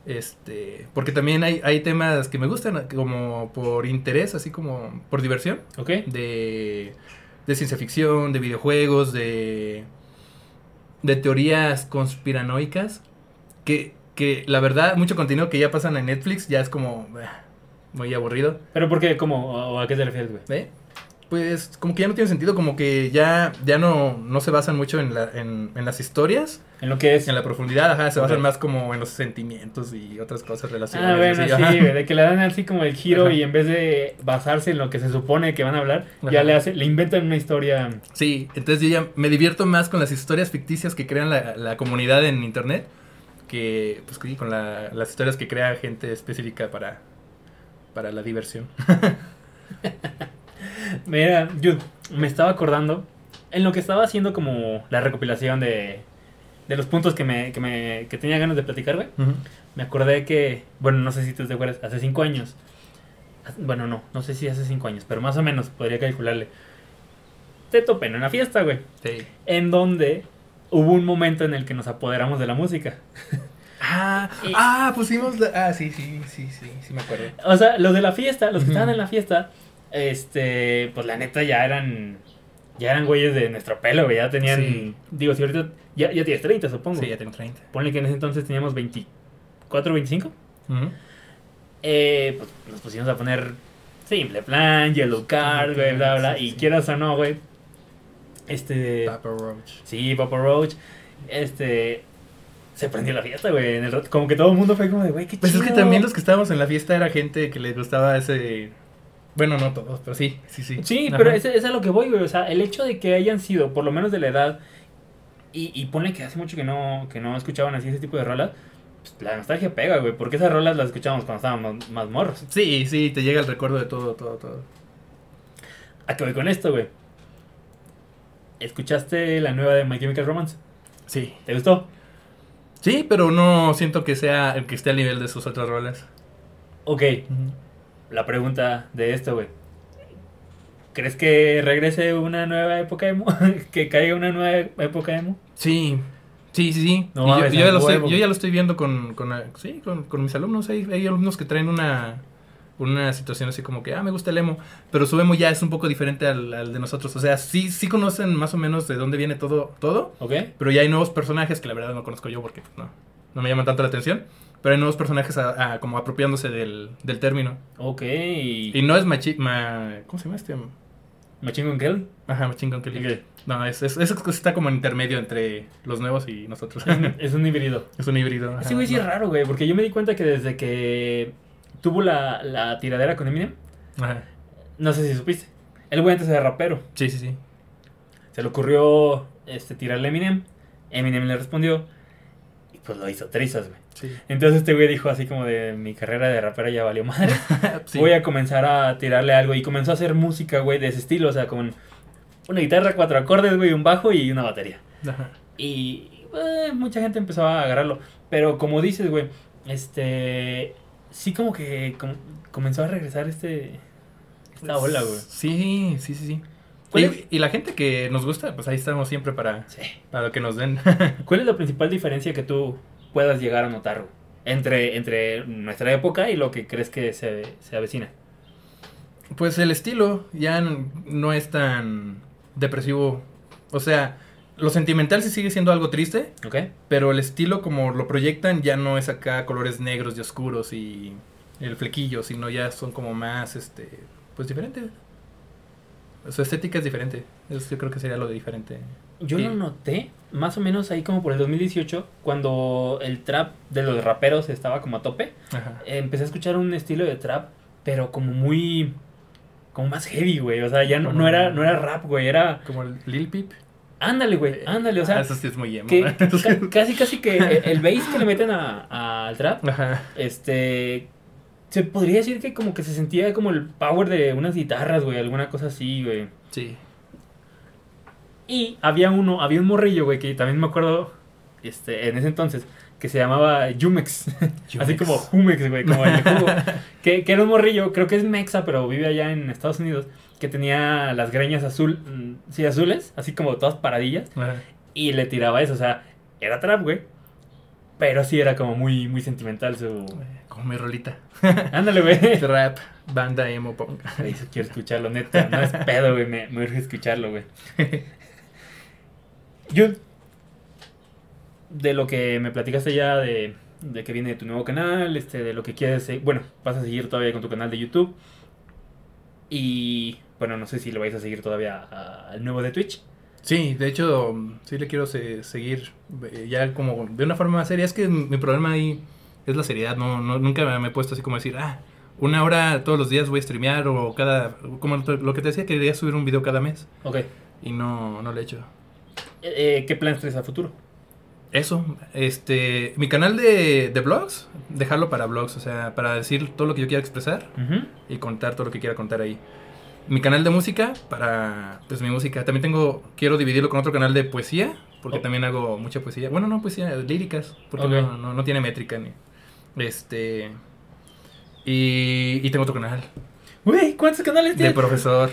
Speaker 2: Este. Porque también hay, hay temas que me gustan, como por interés, así como por diversión
Speaker 1: Ok.
Speaker 2: de, de ciencia ficción, de videojuegos, de, de teorías conspiranoicas. Que, que la verdad, mucho contenido que ya pasan en Netflix ya es como bah, muy aburrido.
Speaker 1: Pero ¿por qué? ¿Cómo? ¿O ¿A qué te refieres, güey?
Speaker 2: ¿eh? Pues como que ya no tiene sentido, como que ya, ya no, no se basan mucho en, la- en, en las historias,
Speaker 1: En lo que es.
Speaker 2: en la profundidad, ajá, se basan
Speaker 1: Ok.
Speaker 2: más como en los sentimientos y otras cosas
Speaker 1: Ah,
Speaker 2: relacionadas.
Speaker 1: bueno,
Speaker 2: así,
Speaker 1: sí,
Speaker 2: ajá.
Speaker 1: güey, de que le dan así como el giro
Speaker 2: Ajá.
Speaker 1: y en vez de basarse en lo que se supone que van a hablar, ya
Speaker 2: Ajá.
Speaker 1: le hacen, le inventan una historia.
Speaker 2: Sí, entonces yo ya me divierto más con las historias ficticias que crean la, la comunidad en internet que pues, sí, con la- las historias que crea gente específica para, para la diversión.
Speaker 1: Mira, yo me estaba acordando en lo que estaba haciendo como la recopilación de, de los puntos que me, que me que tenía ganas de platicar, güey. Me acordé que, bueno, no sé si tú te acuerdas, hace cinco años. hace- Bueno, no, no sé si hace cinco años, pero más o menos podría calcularle. Te topé en una fiesta, güey.
Speaker 2: Sí.
Speaker 1: En donde hubo un momento en el que nos apoderamos de la música.
Speaker 2: Ah,
Speaker 1: Y-
Speaker 2: ah, pusimos la- ah, sí, sí, sí, sí, sí me acuerdo.
Speaker 1: O sea, los de la fiesta, los que
Speaker 2: Ujú.
Speaker 1: estaban en la fiesta, este, pues la neta ya eran. Ya eran güeyes de nuestro pelo, güey. Ya tenían.
Speaker 2: Sí.
Speaker 1: Digo, si ahorita. Ya, ya tienes 30, supongo.
Speaker 2: Sí, ya tengo 30.
Speaker 1: Ponle que en ese entonces teníamos 24, 25.
Speaker 2: Ujú.
Speaker 1: Eh, pues nos pusimos a poner simple plan, yellow card,
Speaker 2: Simple
Speaker 1: güey,
Speaker 2: plan,
Speaker 1: bla, bla.
Speaker 2: sí,
Speaker 1: y
Speaker 2: sí.
Speaker 1: quieras o no, güey. Este.
Speaker 2: Eh, Papa Roach.
Speaker 1: Sí, Papa Roach. Este. Se prendió la fiesta, güey. en el rato. como que todo el mundo fue como de, güey, qué
Speaker 2: Pues es
Speaker 1: chido.
Speaker 2: que también los que estábamos en la fiesta era gente que les gustaba ese... Bueno, no todos, pero sí, sí, sí.
Speaker 1: Sí,
Speaker 2: Ajá.
Speaker 1: pero es, es a lo que voy, güey. O sea, el hecho de que hayan sido, por lo menos de la edad, y, y ponle que hace mucho que no, que no escuchaban así ese tipo de rolas, pues, la nostalgia pega, güey. Porque esas rolas las escuchábamos cuando estábamos más, más morros.
Speaker 2: Sí, sí, te llega el recuerdo de todo, todo, todo.
Speaker 1: ¿A qué voy con esto, güey? ¿Escuchaste la nueva de My Chemical Romance?
Speaker 2: Sí.
Speaker 1: ¿Te gustó?
Speaker 2: Sí, pero no siento que sea el que esté al nivel de sus otras rolas.
Speaker 1: Ok, la pregunta de esto, güey. ¿Crees que regrese una nueva época emo? ¿Que caiga una nueva época emo?
Speaker 2: Sí, sí, sí, sí.
Speaker 1: No
Speaker 2: Y
Speaker 1: mames,
Speaker 2: yo, yo ya
Speaker 1: a
Speaker 2: lo estoy,
Speaker 1: huevo.
Speaker 2: yo ya lo estoy viendo con, con, eh, sí, con, con mis alumnos. Hay, hay alumnos que traen una, una situación así como que, ah, me gusta el emo. Pero su emo ya es un poco diferente al, al de nosotros. O sea, sí, sí conocen más o menos de dónde viene todo, todo.
Speaker 1: ¿Ok?
Speaker 2: Pero ya hay nuevos personajes que la verdad no conozco yo porque pues, no, no me llaman tanto la atención. Pero hay nuevos personajes a- a- como apropiándose del, del término.
Speaker 1: Ok.
Speaker 2: Y no es machi... ma- ¿Cómo se llama este?
Speaker 1: ¿Machingo en Kelly?
Speaker 2: Ajá, chingón que
Speaker 1: Ok.
Speaker 2: No, es, es, es- está como en intermedio entre los nuevos y nosotros.
Speaker 1: Es un- es un híbrido.
Speaker 2: es un híbrido. ajá,
Speaker 1: Ese güey sí es
Speaker 2: no.
Speaker 1: raro, güey, porque yo me di cuenta que desde que tuvo la, la tiradera con Eminem,
Speaker 2: Ajá.
Speaker 1: no sé si supiste, el güey antes era rapero.
Speaker 2: Sí, sí, sí.
Speaker 1: Se le ocurrió este, tirarle a Eminem, Eminem le respondió y pues lo hizo trizas, güey.
Speaker 2: Sí.
Speaker 1: Entonces este güey dijo así como de mi carrera de rapera ya valió madre, voy a comenzar a tirarle algo y comenzó a hacer música, güey, de ese estilo, o sea, con una guitarra, cuatro acordes, güey, un bajo y una batería.
Speaker 2: Ajá.
Speaker 1: Y eh, mucha gente empezó a agarrarlo. Pero como dices, güey, este. Sí, como que com- comenzó a regresar este. Esta ola, güey.
Speaker 2: Sí, sí, sí, sí.
Speaker 1: ¿Cuál es?
Speaker 2: Y, y la gente que nos gusta, pues ahí estamos siempre para,
Speaker 1: Sí.
Speaker 2: para lo que nos den.
Speaker 1: ¿Cuál es la principal diferencia que tú puedas llegar a notar, güey? Entre, entre nuestra época y lo que crees que se, se avecina.
Speaker 2: Pues el estilo ya n- no es tan depresivo. O sea, lo sentimental sí sigue siendo algo triste,
Speaker 1: ¿Ok?
Speaker 2: Pero el estilo como lo proyectan ya no es acá colores negros y oscuros y el flequillo, sino ya son como más, este, pues diferente. Su estética es diferente. Eso yo creo que sería lo de diferente.
Speaker 1: Yo
Speaker 2: Sí.
Speaker 1: lo noté más o menos ahí como por el 2018, cuando el trap de los raperos estaba como a tope.
Speaker 2: Ajá.
Speaker 1: empecé a escuchar un estilo de trap, pero como muy como más heavy, güey. O sea, ya no, no era, no era rap, güey. Era.
Speaker 2: Como el Lil Peep.
Speaker 1: Ándale, güey. Ándale. O sea,
Speaker 2: Ah, eso sí es muy emo.
Speaker 1: que,
Speaker 2: ¿eh?
Speaker 1: que ca- casi, casi que el bass que le meten a- al trap,
Speaker 2: Ajá.
Speaker 1: este. Se podría decir que como que se sentía como el power de unas guitarras, güey. Alguna cosa así, güey.
Speaker 2: Sí.
Speaker 1: Y había uno, había un morrillo, güey, que también me acuerdo, este, en ese entonces, que se llamaba Jumex. Así
Speaker 2: Jumex.
Speaker 1: como Jumex, güey, como el jugo. que, que era un morrillo, creo que es mexa, pero vive allá en Estados Unidos, que tenía las greñas azul, mm, sí, azules, así como todas paradillas,
Speaker 2: Ajá.
Speaker 1: y le tiraba eso, o sea, era trap, güey. Pero sí era como muy, muy sentimental su...
Speaker 2: Como mi rolita.
Speaker 1: Ándale, güey.
Speaker 2: Trap, banda emo punk.
Speaker 1: Güey, Eso quiero escucharlo, neta. No es pedo, güey. Me, me urge escucharlo, güey. Yo, de lo que me platicaste ya de, de que viene de tu nuevo canal, este, de lo que quieres. eh, Bueno, vas a seguir todavía con tu canal de YouTube. Y bueno, no sé si lo vais a seguir todavía a- al nuevo de Twitch.
Speaker 2: Sí, de hecho, mm, sí le quiero se- seguir eh, ya como de una forma más seria. Es que m- mi problema ahí es la seriedad. No, no- nunca me- me he puesto así como decir, ah, una hora todos los días voy a streamear o cada... Como lo lo que te decía, quería subir un video cada mes
Speaker 1: Ok. Eh,
Speaker 2: y no, no lo he hecho.
Speaker 1: eh, ¿Qué planes tienes a futuro?
Speaker 2: Eso, este, mi canal de, de blogs, dejarlo para blogs, o sea, para decir todo lo que yo quiera expresar
Speaker 1: Ujú.
Speaker 2: y contar todo lo que quiera contar ahí. Mi canal de música para pues mi música. También tengo quiero dividirlo con otro canal de poesía porque
Speaker 1: Oh.
Speaker 2: también hago mucha poesía. Bueno, no poesía, líricas, porque
Speaker 1: Ok.
Speaker 2: no, no, no tiene métrica ni este y, y tengo otro canal
Speaker 1: Güey, ¿cuántos canales
Speaker 2: de
Speaker 1: tienes?
Speaker 2: profesor.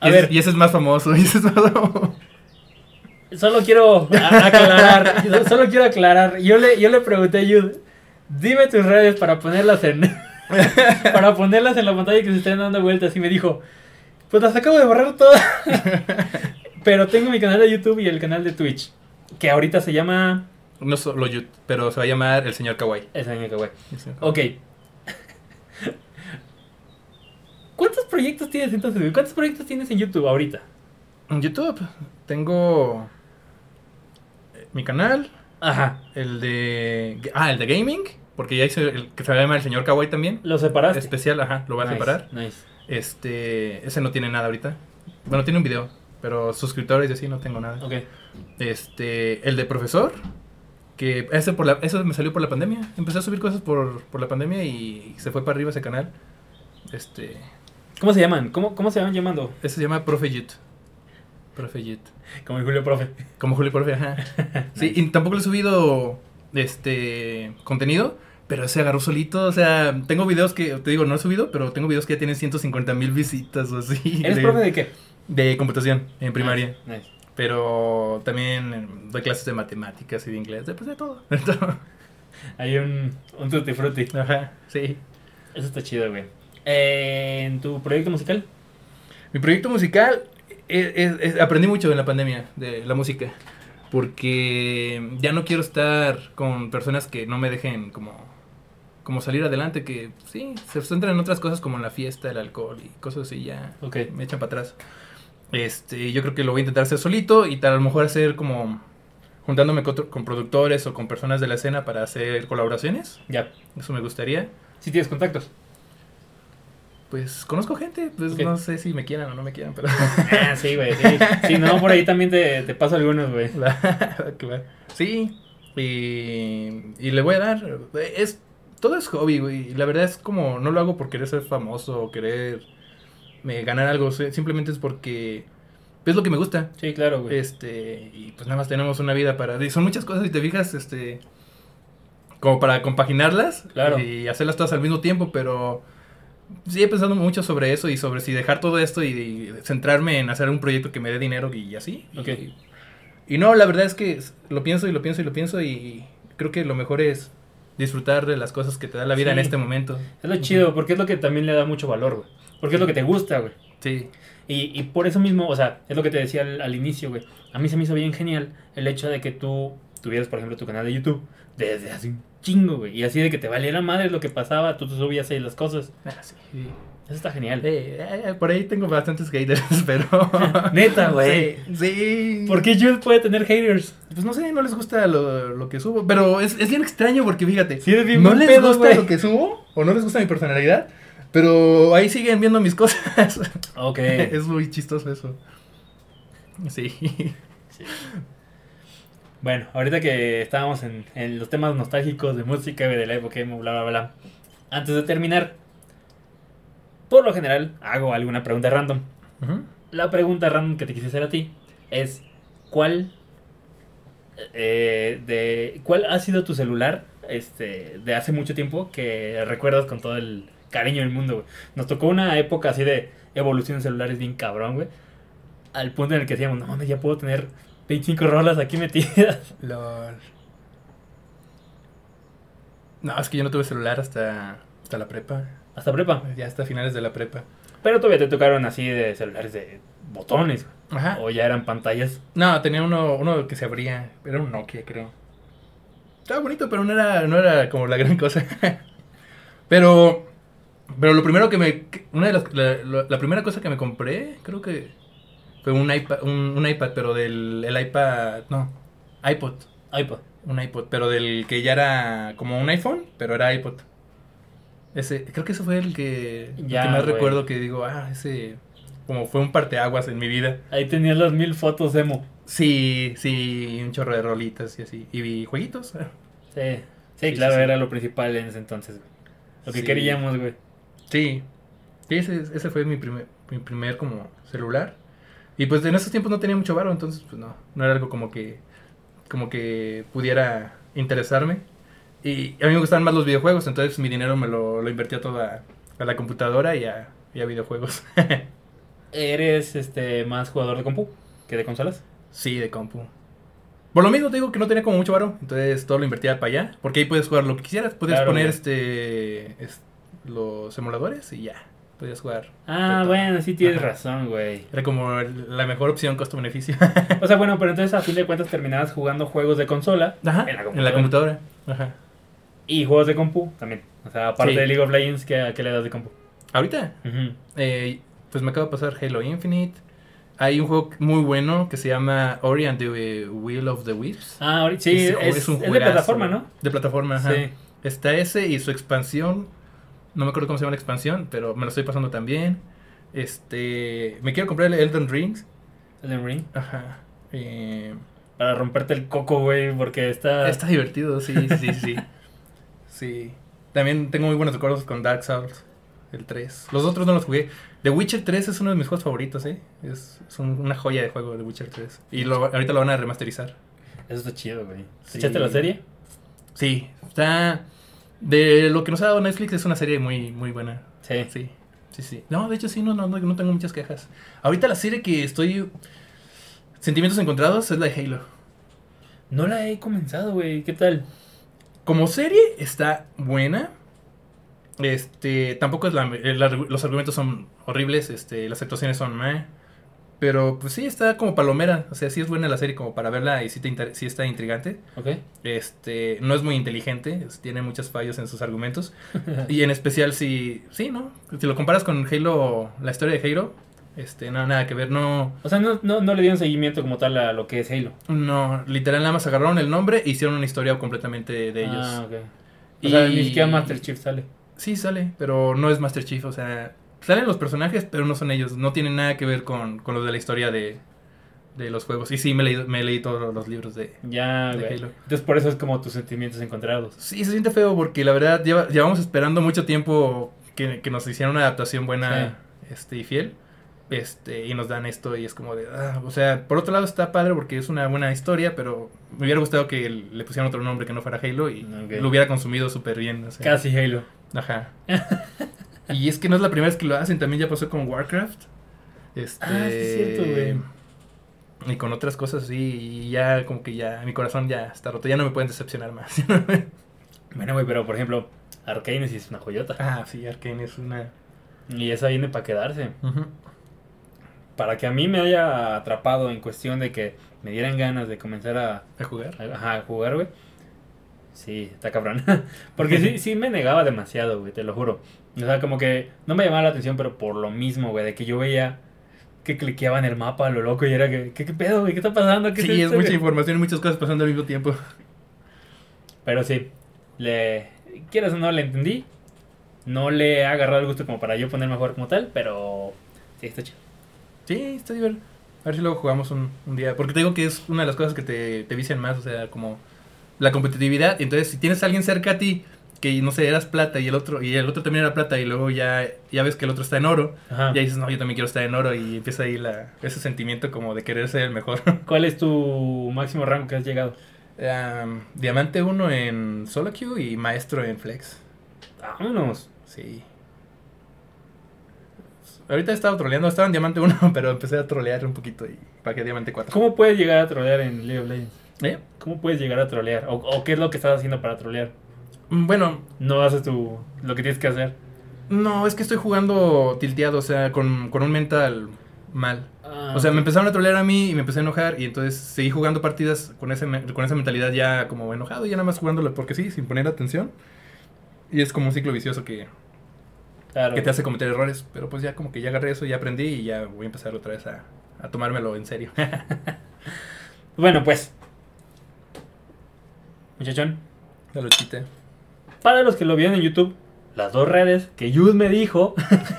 Speaker 1: A
Speaker 2: y,
Speaker 1: ver.
Speaker 2: es- y ese es más famoso, y ese es más famoso.
Speaker 1: Solo quiero a- aclarar, yo solo quiero aclarar. Yo le, yo le pregunté a Yud, dime tus redes para ponerlas en para ponerlas en la pantalla que se estén dando vueltas y me dijo, pues las acabo de borrar todas. Pero tengo mi canal de YouTube y el canal de Twitch, que ahorita se llama
Speaker 2: No solo yo, pero se va a llamar El señor Kawaii.
Speaker 1: esa niña que güey.
Speaker 2: El señor Kawaii.
Speaker 1: Ok. ¿Cuántos proyectos tienes entonces? güey? ¿Cuántos proyectos tienes en YouTube ahorita?
Speaker 2: En YouTube tengo eh, mi canal,
Speaker 1: Ajá.
Speaker 2: el de ah, el de gaming, porque ya hice el que se llama El señor Kawaii también.
Speaker 1: ¿Lo separaste?
Speaker 2: especial, ajá, Este, lo voy a
Speaker 1: Ah, Nice,
Speaker 2: separar.
Speaker 1: Nice.
Speaker 2: Este, ese no tiene nada ahorita. Bueno, tiene un video, pero suscriptores y así no tengo nada.
Speaker 1: Ok.
Speaker 2: Este, el de profesor, que ese por la, eso me salió por la pandemia. Empecé a subir cosas por, por la pandemia y se fue para arriba ese canal. Este,
Speaker 1: ¿Cómo se llaman? ¿Cómo, cómo se van llamando?
Speaker 2: ese se llama Profe Yut. Profe Yut.
Speaker 1: Como el Julio Profe.
Speaker 2: Como Julio Profe, ajá. Sí, y tampoco le he subido este contenido, pero se agarró solito. O sea, tengo videos que, te digo, no he subido, pero tengo videos que ya tienen 150 mil visitas o así.
Speaker 1: ¿Eres profe de qué?
Speaker 2: de computación en primaria.
Speaker 1: Nice, nice.
Speaker 2: Pero también eh, doy clases de matemáticas y de inglés, de, pues de todo. de todo.
Speaker 1: Hay un, un tutti frutti.
Speaker 2: Ajá, sí.
Speaker 1: Eso está chido, güey. Eh, ¿En tu proyecto musical?
Speaker 2: Mi proyecto musical, es- es- es- aprendí mucho en la pandemia de la música, porque ya no quiero estar con personas que no me dejen como, como salir adelante, que sí, se centran en otras cosas como en la fiesta, el alcohol y cosas así, ya
Speaker 1: Ok.
Speaker 2: me echan para atrás. Este, yo creo que lo voy a intentar hacer solito y tal, a lo mejor hacer como juntándome con, otro- con productores o con personas de la escena para hacer colaboraciones,
Speaker 1: Ya.
Speaker 2: eso me gustaría.
Speaker 1: ¿Sí tienes contactos?
Speaker 2: Pues conozco gente, pues
Speaker 1: Ok.
Speaker 2: no sé si me quieran o no me quieran, pero...
Speaker 1: Ah, sí, güey. Sí. Si no, por ahí también te, te paso algunos, güey.
Speaker 2: Va, que va. Sí, y, y le voy a dar. Es, todo es hobby, güey. y La verdad es como no lo hago por querer ser famoso o querer eh, ganar algo. si- Simplemente es porque es lo que me gusta.
Speaker 1: Sí, claro, güey.
Speaker 2: Este, y pues nada más tenemos una vida para. y son muchas cosas, si te fijas, este. Como para compaginarlas
Speaker 1: Claro.
Speaker 2: y hacerlas todas al mismo tiempo, pero sí he pensado mucho sobre eso y sobre si dejar todo esto y, y centrarme en hacer un proyecto que me dé dinero y así. Y-
Speaker 1: Ok.
Speaker 2: Y, no, la verdad es que s- lo pienso y lo pienso y lo pienso y creo que lo mejor es disfrutar de las cosas que te da la vida en
Speaker 1: Sí.
Speaker 2: este momento.
Speaker 1: Es lo chido, porque es lo que también le da mucho valor, güey. Porque es lo que te gusta, güey.
Speaker 2: Sí,
Speaker 1: Y, y por eso mismo, o sea, es lo que te decía al, al inicio, güey. A mí se me hizo bien genial el hecho de que tú tuvieras, por ejemplo, tu canal de YouTube desde hace un chingo, güey. Y así de que te valiera madre lo que pasaba, tú te subías ahí las cosas.
Speaker 2: Ah, sí. sí.
Speaker 1: Eso está genial.
Speaker 2: Eh, eh, por ahí tengo bastantes haters, pero...
Speaker 1: Neta, güey.
Speaker 2: Sí, sí.
Speaker 1: ¿Por qué Jude puede tener haters?
Speaker 2: Pues no sé, no les gusta lo, lo que subo. Pero es, es bien extraño porque fíjate.
Speaker 1: Sí, es bien
Speaker 2: no
Speaker 1: buen
Speaker 2: les
Speaker 1: pedo,
Speaker 2: gusta
Speaker 1: güey.
Speaker 2: lo que subo o no les gusta mi personalidad. Pero ahí siguen viendo mis cosas.
Speaker 1: Ok.
Speaker 2: Es muy chistoso eso. Sí.
Speaker 1: Sí. Bueno, ahorita que estábamos en, en los temas nostálgicos de música de la época, emo, bla, bla, bla. Antes de terminar, por lo general hago alguna pregunta random.
Speaker 2: Ujú.
Speaker 1: La pregunta random que te quise hacer a ti es ¿cuál eh, de cuál ha sido tu celular este de hace mucho tiempo que recuerdas con todo el cariño del mundo, güey? Nos tocó una época así de evolución de celulares bien cabrón, güey. Al punto en el que decíamos, no mames, ya puedo tener 25 rolas aquí metidas.
Speaker 2: Lol. No, es que yo no tuve celular hasta, hasta la prepa.
Speaker 1: Hasta prepa.
Speaker 2: Ya hasta finales de la prepa.
Speaker 1: Pero todavía te tocaron así de celulares de botones. güey.
Speaker 2: Ajá.
Speaker 1: O ya eran pantallas.
Speaker 2: No, tenía uno, uno que se abría. Era un Nokia, creo. Estaba bonito, pero no era, no era como la gran cosa. pero. Pero lo primero que me. que- Una de las, la, la- la primera cosa que me compré, creo que. Fue un iPad, un, un iPad, pero del el iPad. No. iPod.
Speaker 1: iPod.
Speaker 2: Un iPod, pero del que ya era como un iPhone, pero era iPod. Ese, creo que ese fue el que, el
Speaker 1: Ya,
Speaker 2: que más
Speaker 1: güey.
Speaker 2: recuerdo que digo, ah, ese como fue un parteaguas en mi vida.
Speaker 1: Ahí tenías las mil fotos emo.
Speaker 2: Sí, sí, un chorro de rolitas y así. Y vi jueguitos.
Speaker 1: Sí, sí,
Speaker 2: Sí,
Speaker 1: claro,
Speaker 2: sí, sí.
Speaker 1: era lo principal en ese entonces, güey. Lo que
Speaker 2: Sí.
Speaker 1: queríamos, güey.
Speaker 2: Sí. Sí, ese, ese fue mi primer, mi primer como celular. Y pues en esos tiempos no tenía mucho varo, entonces pues no, no era algo como que como que pudiera interesarme. Y a mí me gustaban más los videojuegos, entonces mi dinero me lo, lo invertía todo a, a la computadora y a, y a videojuegos.
Speaker 1: ¿Eres este más jugador de compu que de consolas?
Speaker 2: sí, de compu. Por lo mismo te digo que no tenía como mucho varo, entonces todo lo invertía para allá, porque ahí puedes jugar lo que quisieras, podías
Speaker 1: Claro,
Speaker 2: poner
Speaker 1: güey.
Speaker 2: este, es- los emuladores y ya, podías jugar.
Speaker 1: Ah,
Speaker 2: de todo.
Speaker 1: bueno, sí tienes
Speaker 2: Ajá.
Speaker 1: razón, güey.
Speaker 2: Era como el- la mejor opción costo-beneficio.
Speaker 1: O sea, bueno, pero entonces a fin de cuentas terminabas jugando juegos de consola
Speaker 2: Ajá,
Speaker 1: en la computadora.
Speaker 2: en la computadora. Ajá.
Speaker 1: y juegos de compu también. O sea, aparte
Speaker 2: Sí.
Speaker 1: de League of Legends, ¿qué, qué le das de compu?
Speaker 2: Ahorita,
Speaker 1: Ujú.
Speaker 2: eh, pues me acaba de pasar Halo Infinite. Hay un juego muy bueno que se llama Ori and the Wheel of the Wisps.
Speaker 1: Ah, ahorita- sí, es, es de
Speaker 2: juegazo.
Speaker 1: plataforma, ¿no?
Speaker 2: De plataforma, ajá.
Speaker 1: Sí.
Speaker 2: Está ese y su expansión. No me acuerdo cómo se llama la expansión, pero me lo estoy pasando también. Este, me quiero comprar el Elden Rings.
Speaker 1: Elden Ring.
Speaker 2: Ajá. Eh,
Speaker 1: Para romperte el coco, güey, porque está...
Speaker 2: Está divertido, sí, sí, sí. sí. También tengo muy buenos recuerdos con Dark Souls, el 3. Los otros no los jugué. The Witcher 3 es uno de mis juegos favoritos, ¿eh? Es, es un- una joya de juego, The Witcher 3. Y lo- ahorita lo van a remasterizar.
Speaker 1: Eso está chido, güey.
Speaker 2: Sí.
Speaker 1: ¿Echaste la serie?
Speaker 2: Sí, está... De lo que nos ha dado Netflix es una serie muy, muy buena.
Speaker 1: Sí.
Speaker 2: Sí, sí, sí. No, de hecho sí, no, no, no, no tengo muchas quejas. Ahorita la serie que estoy... Sentimientos encontrados es la de Halo.
Speaker 1: No la he comenzado, güey. ¿Qué tal?
Speaker 2: Como serie está buena. Este, tampoco es la, el argu- los argumentos son horribles, este, las actuaciones son meh. Pero pues sí está como palomera, o sea, sí es buena la serie como para verla y sí, te inter- sí está intrigante.
Speaker 1: Ok.
Speaker 2: Este, no es muy inteligente, es- tiene muchos fallos en sus argumentos. Y en especial si, sí, ¿no? Si lo comparas con Halo, la historia de Halo, este, no, nada que ver, no,
Speaker 1: O sea, no, no, no le dieron seguimiento como tal a lo que es Halo.
Speaker 2: no, literal nada más agarraron el nombre e hicieron una historia completamente de ellos.
Speaker 1: Ah, ok. O sea, ni
Speaker 2: Y-
Speaker 1: siquiera Master Chief sale.
Speaker 2: Sí, sale, pero no es Master Chief, o sea, salen los personajes, pero no son ellos, no tienen nada que ver con, con los de la historia de, de los juegos. Y sí, me leí, me leí todos los libros de...
Speaker 1: Ya,
Speaker 2: De
Speaker 1: güey.
Speaker 2: Halo.
Speaker 1: Entonces, por eso es como tus sentimientos encontrados.
Speaker 2: Sí, se siente feo porque la verdad lleva- llevamos esperando mucho tiempo que, que nos hicieran una adaptación buena este, y fiel. Este, y nos dan esto y es como de... ah, o sea, por otro lado está padre porque es una buena historia, pero me hubiera gustado que le pusieran otro nombre que no fuera Halo y
Speaker 1: Ok.
Speaker 2: lo hubiera consumido súper bien. o sea.
Speaker 1: Casi Halo.
Speaker 2: Ajá. y es que no es la primera vez que lo hacen, también ya pasó con Warcraft. Este,
Speaker 1: Ah, sí es cierto, güey.
Speaker 2: Y con otras cosas así, y ya como que ya mi corazón ya está roto, ya no me pueden decepcionar más.
Speaker 1: Bueno, güey, pero por ejemplo, Arcane sí es una joyota.
Speaker 2: ah, sí, Arkane es una...
Speaker 1: Y esa viene para quedarse. Para que a mí me haya atrapado en cuestión de que me dieran ganas de comenzar a,
Speaker 2: A jugar.
Speaker 1: Ajá, a jugar, güey. Sí, está cabrón. Porque sí, sí me negaba demasiado, güey, te lo juro. O sea, como que no me llamaba la atención, pero por lo mismo, güey, de que yo veía que cliqueaban el mapa a lo loco y era que, ¿qué, qué pedo, güey? ¿Qué está pasando? ¿Qué
Speaker 2: Sí, es
Speaker 1: esto,
Speaker 2: mucha
Speaker 1: güey?
Speaker 2: información y muchas cosas pasando al mismo tiempo.
Speaker 1: Pero sí, le. Quieras o no, le entendí. No le he agarrado el gusto como para yo ponerme a jugar como tal, pero sí, está chido.
Speaker 2: Sí, está divertido. A ver si luego jugamos un, un día. Porque te digo que es una de las cosas que te, te vician más, o sea, como la competitividad. Entonces, si tienes a alguien cerca a ti que no sé, eras plata y el otro y el otro también era plata y luego ya ya ves que el otro está en oro,
Speaker 1: Ajá.
Speaker 2: ya dices, "No, yo también quiero estar en oro" y empieza ahí la ese sentimiento como de querer ser el mejor.
Speaker 1: ¿Cuál es tu máximo rango que has llegado?
Speaker 2: Am, diamante 1 en solo queue y maestro en flex.
Speaker 1: "Ah, Vámonos.
Speaker 2: Sí. Ahorita estaba troleando, estaba en diamante 1, pero empecé a trolear un poquito y para que diamante 4.
Speaker 1: ¿Cómo puedes llegar a trolear en League of Legends?
Speaker 2: ¿Eh?
Speaker 1: ¿Cómo puedes llegar a trolear? ¿O, o qué es lo que estás haciendo para trolear?
Speaker 2: Mm, Bueno,
Speaker 1: No haces tu, lo que tienes que hacer.
Speaker 2: no, es que estoy jugando tilteado, o sea, con, con un mental mal.
Speaker 1: Ah,
Speaker 2: O sea, me
Speaker 1: ok.
Speaker 2: empezaron a trolear a mí y me empecé a enojar y entonces seguí jugando partidas con, ese, me- con esa mentalidad ya como enojado, ya nada más jugándolo porque sí, sin poner atención. Y es como un ciclo vicioso que,
Speaker 1: Claro.
Speaker 2: que te hace cometer errores, pero pues ya como que ya agarré eso, ya aprendí y ya voy a empezar otra vez a, a tomármelo en serio.
Speaker 1: Bueno, pues. Muchachón,
Speaker 2: La luchita.
Speaker 1: para los que lo vieron en YouTube, las dos redes que Yud me dijo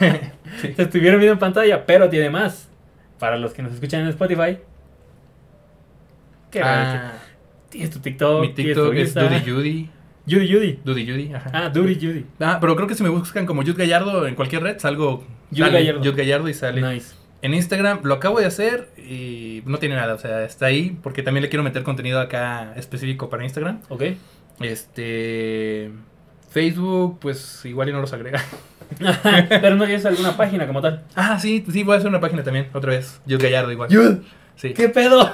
Speaker 2: Sí.
Speaker 1: se estuvieron viendo en pantalla, pero tiene más. Para los que nos escuchan en Spotify, ¿qué redes
Speaker 2: Ah,
Speaker 1: tienes? Tienes tu TikTok,
Speaker 2: mi
Speaker 1: tienes tu
Speaker 2: TikTok es
Speaker 1: Insta.
Speaker 2: Dudy Judy.
Speaker 1: Judy Judy.
Speaker 2: Dudy Judy, ajá.
Speaker 1: Ah, Dudy Judy.
Speaker 2: Ah, pero creo que si me buscan como Jud Gallardo en cualquier red, salgo.
Speaker 1: Jud
Speaker 2: sale
Speaker 1: Gallardo.
Speaker 2: Jud Gallardo y sale.
Speaker 1: Nice.
Speaker 2: En Instagram lo acabo de hacer y no tiene nada, o sea, está ahí porque también le quiero meter contenido acá específico para Instagram.
Speaker 1: Ok.
Speaker 2: Este Facebook, pues igual y no los agrega.
Speaker 1: pero no tienes alguna página como tal.
Speaker 2: Ah, sí, sí, voy a hacer una página también, otra vez. Jud Gallardo igual.
Speaker 1: Yud,
Speaker 2: Sí.
Speaker 1: ¿qué pedo?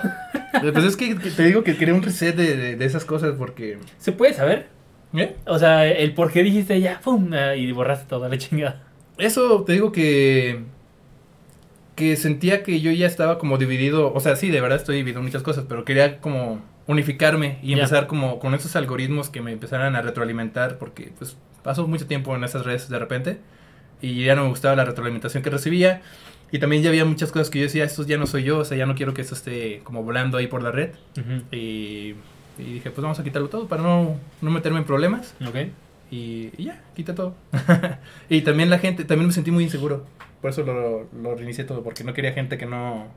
Speaker 2: Pues es que que te digo que quería un reset de, de- de esas cosas porque.
Speaker 1: ¿Se puede saber?
Speaker 2: ¿Eh?
Speaker 1: O sea, el por qué dijiste ya, pum, ah, y borraste toda la chingada.
Speaker 2: Eso te digo que. Que sentía que yo ya estaba como dividido. O sea, sí, de verdad estoy dividido en muchas cosas, pero quería como unificarme y
Speaker 1: Ya.
Speaker 2: empezar como con esos algoritmos que me empezaran a retroalimentar porque pues paso mucho tiempo en esas redes de repente y ya no me gustaba la retroalimentación que recibía y también ya había muchas cosas que yo decía, esto ya no soy yo, o sea, ya no quiero que esto esté como volando ahí por la red y, y dije, pues vamos a quitarlo todo para no, no meterme en problemas.
Speaker 1: Ok.
Speaker 2: Y, y ya, quita todo. y también la gente, también me sentí muy inseguro. Por eso lo, lo reinicié todo, porque no quería gente que no,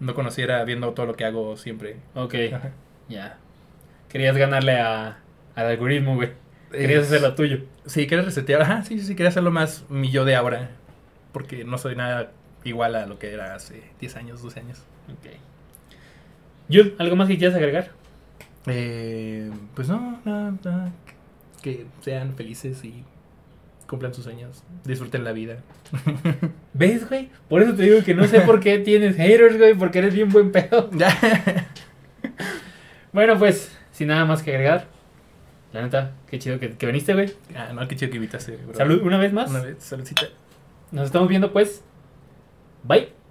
Speaker 2: no conociera viendo todo lo que hago siempre.
Speaker 1: Ok,
Speaker 2: Ajá.
Speaker 1: ya. Querías ganarle a, al algoritmo, güey. Querías
Speaker 2: Es-
Speaker 1: hacer lo tuyo.
Speaker 2: Eh, Sí, quería resetear. Ajá, sí, sí, sí, quería hacerlo más mi yo de ahora. Porque no soy nada igual a lo que era hace 10 años, 12 años.
Speaker 1: Ok. Yud, ¿algo más que quieras agregar?
Speaker 2: Eh, pues no, nada, nada. Que sean felices y cumplan sus sueños. Disfruten la vida.
Speaker 1: ¿Ves, güey? Por eso te digo que no sé por qué tienes haters, güey, porque eres bien buen pedo.
Speaker 2: Ya.
Speaker 1: Bueno, pues, sin nada más que agregar. La neta, qué chido que, que viniste, güey.
Speaker 2: ah, no, qué chido que invitaste. bro.
Speaker 1: Salud una vez más.
Speaker 2: Una vez, saludcita.
Speaker 1: Nos estamos viendo, pues. Bye.